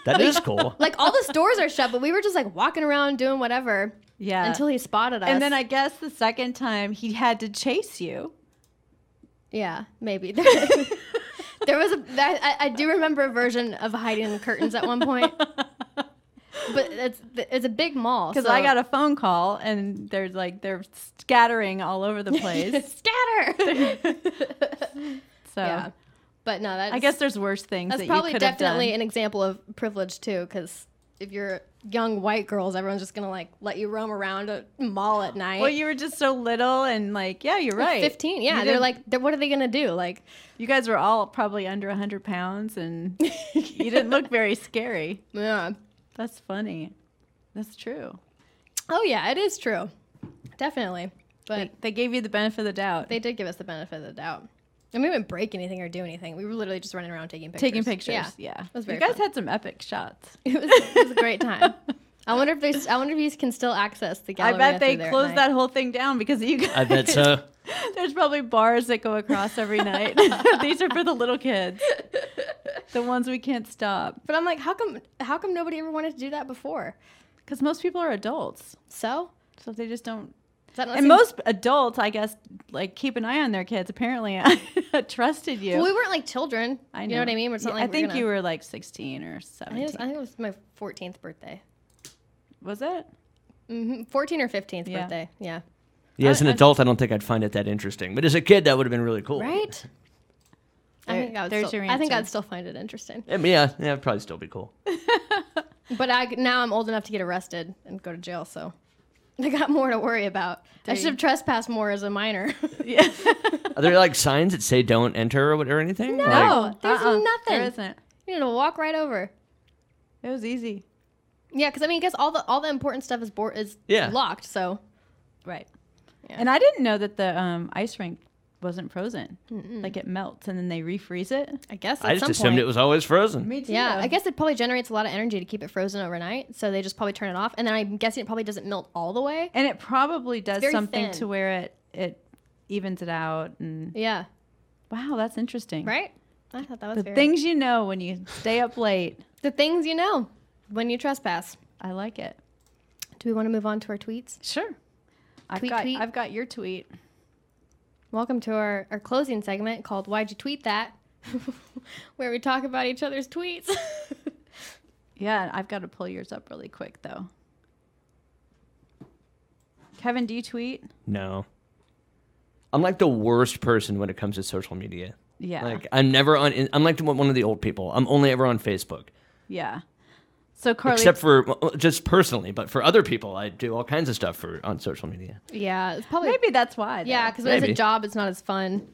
S3: That is cool.
S1: like all the stores are shut, but we were just like walking around doing whatever
S2: <laughs> yeah
S1: until he spotted us.
S2: and then i guess the second time he had to chase you
S1: yeah,
S2: <laughs>
S1: maybe <laughs> there was a I, I I do remember a version of hiding in the curtains at one
S2: <laughs>
S1: point. But it's it's a big mall
S2: because
S1: so-
S2: i got a phone call and they're like they're scattering all
S1: <laughs>
S2: over the place
S1: scatter.
S2: <laughs>
S1: <laughs>
S2: so
S1: yeah, but no, that's
S2: i guess there's worse things
S1: That's
S2: that
S1: probably
S2: you could have done.
S1: definitely an example of privilege too, because if you're young white girls, everyone's just gonna like let you roam around a mall at night.
S2: Well, you were just so little and like, yeah, you're right.
S1: 15.
S2: You
S1: Yeah, they're
S2: didn't-
S1: like, they're, what are they gonna do? Like,
S2: you guys were all probably under 100 pounds
S1: <laughs>
S2: and you didn't look very scary.
S1: yeah.
S2: That's funny. That's true.
S1: Oh yeah, it is true, definitely. But
S2: They, they gave you the benefit of the doubt.
S1: they did give us the benefit of the doubt, and we didn't break anything or do anything. We were literally just running around taking pictures.
S2: Taking pictures. Yeah.
S1: Yeah, It was
S2: you
S1: very
S2: guys
S1: fun.
S2: had some epic shots.
S1: <laughs> it was, it was a great
S2: <laughs>
S1: time. I wonder if there's. I wonder if you can still access the
S2: I
S1: gallery.
S2: bet they closed that whole thing down because of you
S1: <laughs>
S2: guys.
S3: I bet so.
S2: There's probably bars that go across every night. <laughs> These are for the little kids, the ones we can't stop.
S1: But I'm like, how come? How come nobody ever wanted to do that before?
S2: Because most people are adults,
S1: So,
S2: so they just don't.
S1: Does that not
S2: And
S1: seem-
S2: most adults, I guess, like keep an eye on their kids. Apparently, <laughs> I trusted you.
S1: Well, we weren't like children.
S2: I
S1: You know what I mean? It's not
S2: Yeah,
S1: like
S2: I think
S1: gonna,
S2: you were like 16 or
S1: I think, it
S2: 17.
S1: was, I think it was my 14th birthday.
S2: was it?
S1: hmm 14 or 15th
S2: Yeah.
S1: birthday. Yeah.
S3: Yeah, as an
S2: I- I-
S3: adult, I don't think I'd find it that interesting. But as a kid, that would have been really cool.
S1: Right. I
S2: There-
S1: think I would
S2: there's
S1: still,
S2: your
S1: I think
S2: answer.
S1: I'd still find it interesting.
S3: I mean, yeah, yeah, it'd probably still be cool.
S1: But I now I'm old enough to get arrested and go to jail, so <laughs> I got more to worry about. I should
S2: you-
S1: have trespassed more as a minor.
S2: <laughs>
S1: <laughs>
S2: Yeah.
S3: Are there like signs that say "Don't enter" or, what- or anything? No.
S1: No, there's
S2: There
S1: nothing.
S2: isn't.
S1: you know, to walk right over.
S2: It was easy.
S1: Yeah, because I mean, I guess all the all the important stuff is board is
S3: Yeah.
S1: locked. So
S2: Right.
S1: Yeah.
S2: And I didn't know that the um, ice rink wasn't frozen. Like it melts and then they refreeze it.
S1: I guess at
S3: I just
S1: some
S3: assumed
S1: point.
S3: it was always frozen.
S2: Me too.
S1: yeah, I guess it probably generates a lot of energy to keep it frozen overnight. So they just probably turn it off, and then I'm guessing it probably doesn't melt all the way.
S2: And it probably does
S1: very
S2: something
S1: thin.
S2: to where it it evens it out. And
S1: Yeah.
S2: wow, that's interesting.
S1: Right. I thought that was
S2: The
S1: very
S2: things you know when you stay up late.
S1: the things you know when you trespass.
S2: I like it.
S1: Do we want to move on to our tweets?
S2: Sure. I've
S1: Tweet,
S2: got
S1: tweet.
S2: I've got your tweet.
S1: Welcome to our, our closing segment called Why'd You Tweet That? <laughs> where we talk about each other's tweets. <laughs>
S2: Yeah, I've got to pull yours up really quick though. Kevin, do you tweet?
S3: No. I'm like the worst person when it comes to social media.
S2: Yeah.
S3: Like I'm never on. I'm like one of the old people. I'm only ever on Facebook,
S2: yeah. So Carly
S3: except for well, just personally. But for other people, I do all kinds of stuff for on social media.
S1: yeah, it's probably
S2: maybe that's why.
S1: yeah,
S2: though.
S1: because when it's a
S3: Maybe.
S1: job, it's not as fun.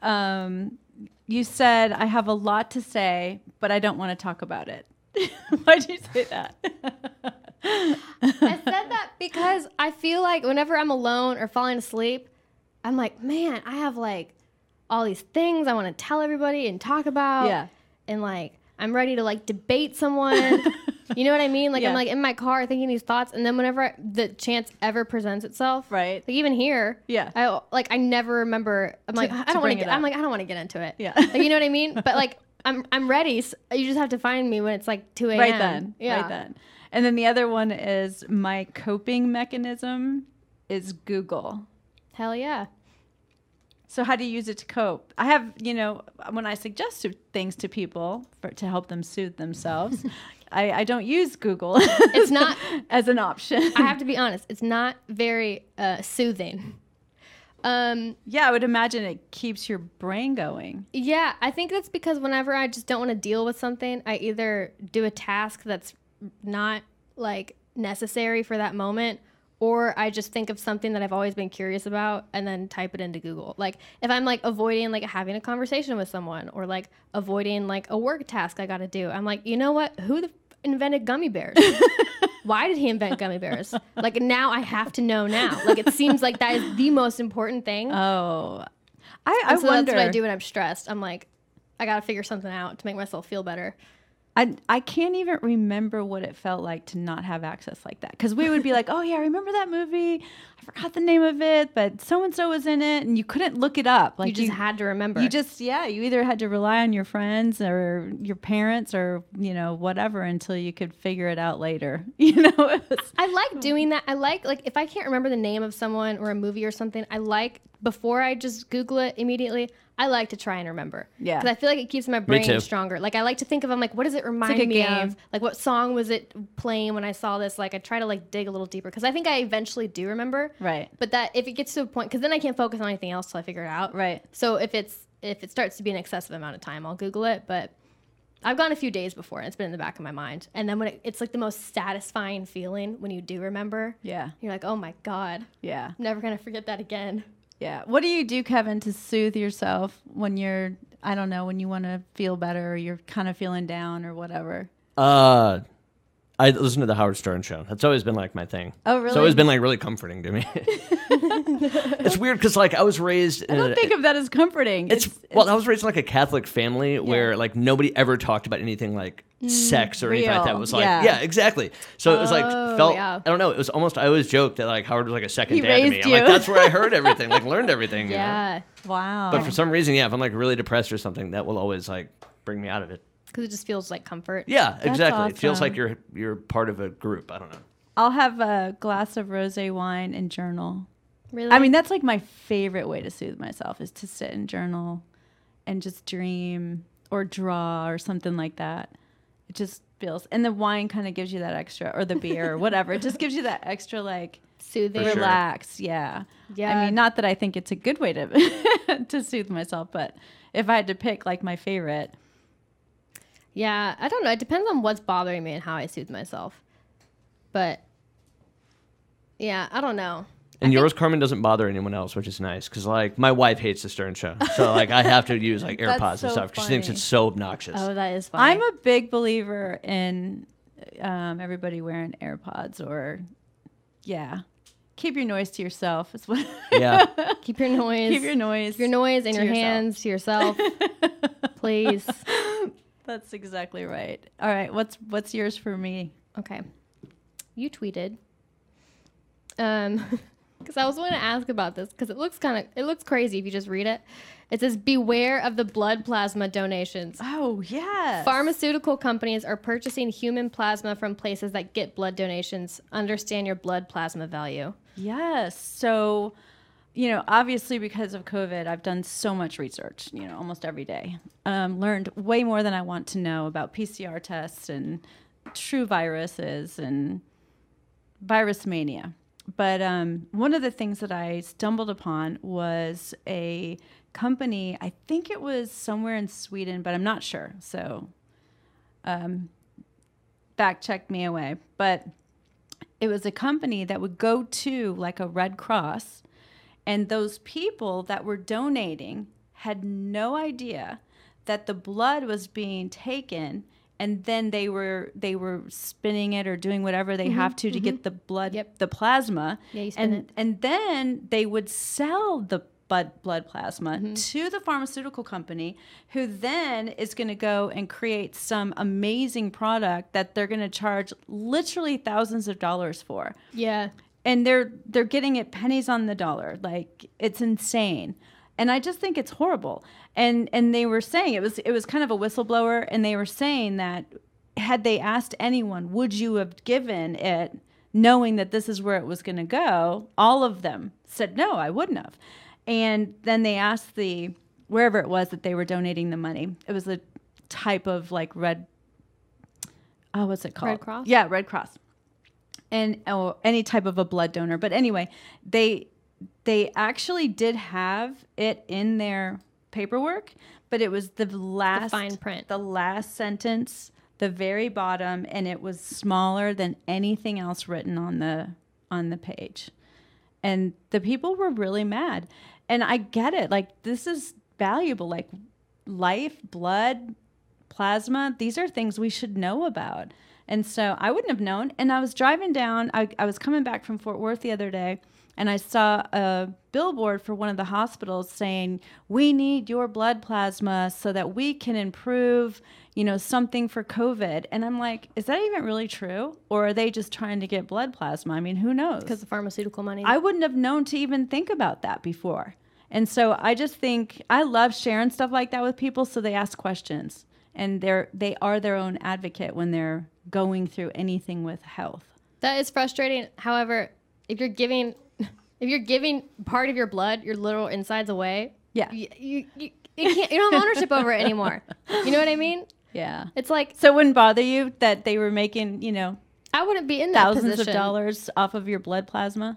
S2: um, you said I have a lot to say, but I don't want to talk about it. <laughs> Why'd you say that?
S1: I said that because I feel like whenever I'm alone or falling asleep, I'm like, man, I have like all these things I want to tell everybody and talk about.
S2: Yeah.
S1: And like, I'm ready to like debate
S2: <laughs>
S1: someone. you know what I mean? Like,
S2: Yeah.
S1: I'm like in my car thinking these thoughts. And then whenever I, the chance ever presents itself,
S2: Right.
S1: Like, even here,
S2: Yeah.
S1: I like, I never remember. I'm like,
S2: to
S1: I don't want
S2: bring
S1: to
S2: it
S1: get,
S2: up.
S1: I'm like, I don't want to get into it.
S2: Yeah.
S1: Like, you know what I mean? But
S2: <laughs>
S1: like, I'm, I'm ready. So you just have to find me when it's like 2 a.m.
S2: right then.
S1: Yeah.
S2: Right then. And then the other one is my coping mechanism is Google.
S1: Hell yeah.
S2: So how do you use it to cope? I have, you know, when I suggest to- things to people for, to help them
S1: <laughs>
S2: soothe themselves, I, I don't use Google. <laughs> It's
S1: not-
S2: as an option.
S1: I have to be honest, it's not very uh, soothing. Um,
S2: yeah, I would imagine it keeps your brain going.
S1: yeah, I think that's because whenever I just don't want to deal with something, I either do a task that's not like necessary for that moment, or I just think of something that I've always been curious about and then type it into Google. Like if I'm like avoiding like having a conversation with someone or like avoiding like a work task I got to do, I'm like, you know what? Who the f- invented gummy bears? why did he invent gummy bears? like now I have to know now. Like it seems like that is the most important thing.
S2: Oh, I, I
S1: and so
S2: wonder.
S1: that's what I do when I'm stressed. I'm like, I gotta figure something out to make myself feel better.
S2: I I can't even remember what it felt like to not have access like that. Because we would be like, oh yeah, I remember that movie. I forgot the name of it, but so and so was in it, and you couldn't look it up. Like
S1: you just had to remember.
S2: You just yeah, you either had to rely on your friends or your parents or you know whatever until you could figure it out later. <laughs> You know, it was-
S1: I like doing that. I like like if I can't remember the name of someone or a movie or something, I like before I just Google it immediately. I like to try and remember.
S2: Yeah.
S1: Because I feel like it keeps my brain
S3: too.
S1: stronger. Like I like to think of I'm like, what does it remind
S2: good
S1: me
S2: game.
S1: of? Like what song was it playing when I saw this? Like I try to like dig a little deeper because I think I eventually do remember.
S2: right,
S1: But that if it gets to a point, because then I can't focus on anything else till I figure it out.
S2: right.
S1: So if it's if it starts to be an excessive amount of time, I'll Google it. But I've gone a few days before, and it's been in the back of my mind. And then when it, it's like the most satisfying feeling when you do remember,
S2: Yeah.
S1: you're like, oh my god,
S2: Yeah.
S1: I'm never gonna forget that again.
S2: Yeah. What do you do, Kevin, to soothe yourself when you're, I don't know, when you want to feel better or you're kind of feeling down or whatever?
S3: Uh, I listen to the Howard Stern show. That's always been like my thing.
S2: Oh,
S3: It's
S2: really?
S3: always been like really comforting
S2: <laughs>
S3: to me. it's weird because like I was raised. In
S2: I
S3: a,
S2: don't think of that as comforting.
S3: it's, well, I was raised in like a Catholic family where like nobody ever talked about anything like sex or anything like that. It
S2: Mm, real.
S3: was like yeah,
S2: Yeah.
S3: exactly. So it was like
S1: Oh,
S3: felt
S1: yeah.
S3: I don't know. It was almost I always joked that like Howard was like a second
S2: He
S3: dad to me.
S2: raised
S3: I'm like
S2: you.
S3: that's where I heard everything, like learned everything. you
S2: <laughs>
S3: know?
S1: Yeah,
S2: wow.
S3: But for some reason, yeah, if I'm like really depressed or something, that will always like bring me out of it.
S1: because it just feels like comfort.
S3: Yeah, exactly. It feels
S2: awesome.
S3: like you're you're part of a group. I don't know.
S2: I'll have a glass of rosé wine and journal.
S1: Really,
S2: I mean, that's like my favorite way to soothe myself is to sit and journal and just dream or draw or something like that. It just feels, and the wine kind of gives you that extra, or the
S1: <laughs>
S2: beer or whatever. it just gives you that extra, like,
S1: soothing.
S3: For sure.
S2: relax. Yeah.
S1: Yeah.
S2: I mean, not that I think it's a good way to <laughs> to soothe myself, but if I had to pick like my favorite,
S1: Yeah, I don't know. It depends on what's bothering me and how I soothe myself. But yeah, I don't know.
S3: And yours, Carmen, doesn't bother anyone else, which is nice because like my wife hates the Stern Show, so like I have to use
S2: <laughs>
S3: like
S2: That's
S3: AirPods
S2: so
S3: and stuff. 'cause She thinks
S2: funny.
S3: it's so obnoxious.
S1: Oh, that is fine.
S2: I'm a big believer in um, everybody wearing AirPods or yeah, keep your noise to yourself. Is what <laughs>
S3: Yeah,
S1: keep <laughs> your noise.
S2: keep your noise.
S1: your noise and
S2: to
S1: your
S2: yourself.
S1: hands to <laughs> yourself, please.
S2: That's exactly right. All right, what's what's yours for me?
S1: Okay. You tweeted. Um <laughs> because I was going to ask about this because it looks kind of it looks crazy if you just read it. It says beware of the blood plasma donations.
S2: Oh yeah,
S1: Pharmaceutical companies are purchasing human plasma from places that get blood donations. Understand your blood plasma value.
S2: Yes. So, you know, obviously because of COVID, I've done so much research, you know, almost every day. Um, learned way more than I want to know about PCR tests and true viruses and virus mania. But um, one of the things that I stumbled upon was a company, I think it was somewhere in Sweden, but I'm not sure. So um, fact check me away. But it was a company that would go to like a Red Cross, and those people that were donating had no idea that the blood was being taken and then they were they were spinning it or doing whatever they have to to get the blood
S1: Mm-hmm, Yep.
S2: the plasma
S1: Yeah, you spin
S2: and
S1: it.
S2: and then they would sell the blood blood plasma
S1: Mm-hmm.
S2: to the pharmaceutical company who then is going to go and create some amazing product that they're going to charge literally thousands of dollars for
S1: Yeah.
S2: and they're they're getting it pennies on the dollar like it's insane and i just think it's horrible and and they were saying it was it was kind of a whistleblower and they were saying that had they asked anyone would you have given it knowing that this is where it was going to go all of them said no i wouldn't have and then they asked the wherever it was that they were donating the money it was a type of like red oh what's it called
S1: Cross?
S2: yeah red cross and or any type of a blood donor. But anyway, they they actually did have it in their paperwork, but it was the last
S1: fine print.
S2: the last sentence, the very bottom, and it was smaller than anything else written on the on the page. And the people were really mad. And I get it. Like this is valuable. Like life, blood, plasma these are things we should know about and so i wouldn't have known and i was driving down i, I was coming back from fort worth the other day and i saw a billboard for one of the hospitals saying we need your blood plasma so that we can improve you know something for covid and i'm like is that even really true or are they just trying to get blood plasma i mean who knows
S1: Because the pharmaceutical money.
S2: I wouldn't have known to even think about that before. And so I just think I love sharing stuff like that with people so they ask questions and they're they are their own advocate when they're going through anything with health.
S1: That is frustrating. However, if you're giving, <laughs> if you're giving part of your blood, your little insides away,
S2: Yeah.
S1: you you, you, you can't. You don't have ownership over it anymore. You know what I mean?
S2: Yeah.
S1: It's like
S2: So it wouldn't bother you that they were making, you know,
S1: I wouldn't be in that
S2: thousands of
S1: position.
S2: dollars off of your blood plasma?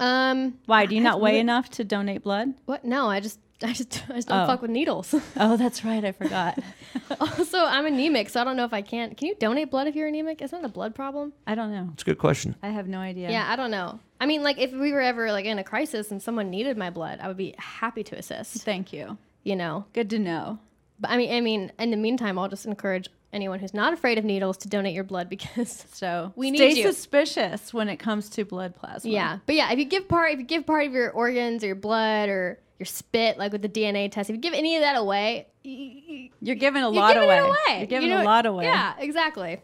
S1: Um,
S2: Why do you not
S1: I've
S2: weigh
S1: really-
S2: enough to donate blood?
S1: Um, what? No, I just <laughs> I just, I just don't
S2: Oh.
S1: fuck with needles. <laughs>
S2: Oh, that's right. I forgot.
S1: also, I'm anemic, so I don't know if I can. Can you donate blood if you're anemic? Isn't that a blood problem?
S2: I don't know.
S3: It's a good question.
S2: I have no idea.
S1: Yeah, I don't know. I mean, like if we were ever like in a crisis and someone needed my blood, I would be happy to
S2: <laughs>
S1: assist.
S2: Thank you.
S1: You know,
S2: Good to know.
S1: but I mean, I mean, in the meantime, I'll just encourage anyone who's not afraid of needles to donate your blood because. <laughs>
S2: So
S1: We
S2: stay
S1: need you.
S2: suspicious when it comes to blood plasma.
S1: Yeah, but yeah, if you give part, if you give part of your organs or your blood or your spit, like with the DNA test, if you give any of that away, y- y-
S2: You're giving a
S1: you're
S2: lot
S1: giving
S2: away.
S1: it away.
S2: You're giving
S1: You know-
S2: a lot away.
S1: Yeah, exactly.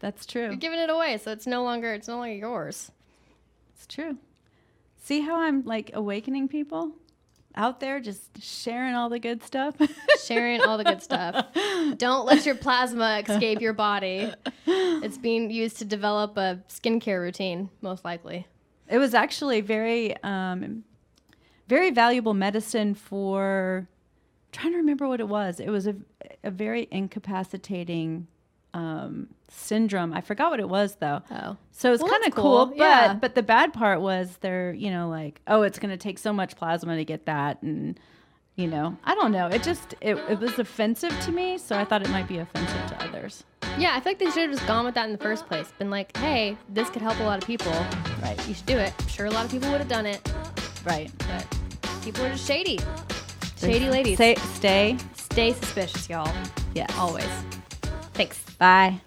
S2: That's true.
S1: You're giving it away, so it's no longer it's no longer yours.
S2: It's true. See how I'm like awakening people out there just sharing all the good stuff? <laughs>
S1: Sharing all the good stuff. Don't let your plasma escape your body. It's being used to develop a skincare routine, most likely.
S2: it was actually very um very valuable medicine for trying to remember what it was. It was a a very incapacitating um syndrome. I forgot what it was though.
S1: Oh,
S2: So it's
S1: Well,
S2: kind of
S1: that's cool.
S2: cool, but
S1: Yeah.
S2: but the bad part was they're you know like oh it's gonna take so much plasma to get that and you know I don't know it just it, it was offensive to me so I thought it might be offensive to others
S1: yeah. I feel like they should have just gone with that in the first place. Been like, hey, this could help a lot of people.
S2: right
S1: You should do it. I'm sure a lot of people would have done it,
S2: right
S1: but people are just shady. Shady ladies.
S2: Say, stay
S1: Stay suspicious, y'all.
S2: yeah
S1: Always. Thanks.
S2: bye.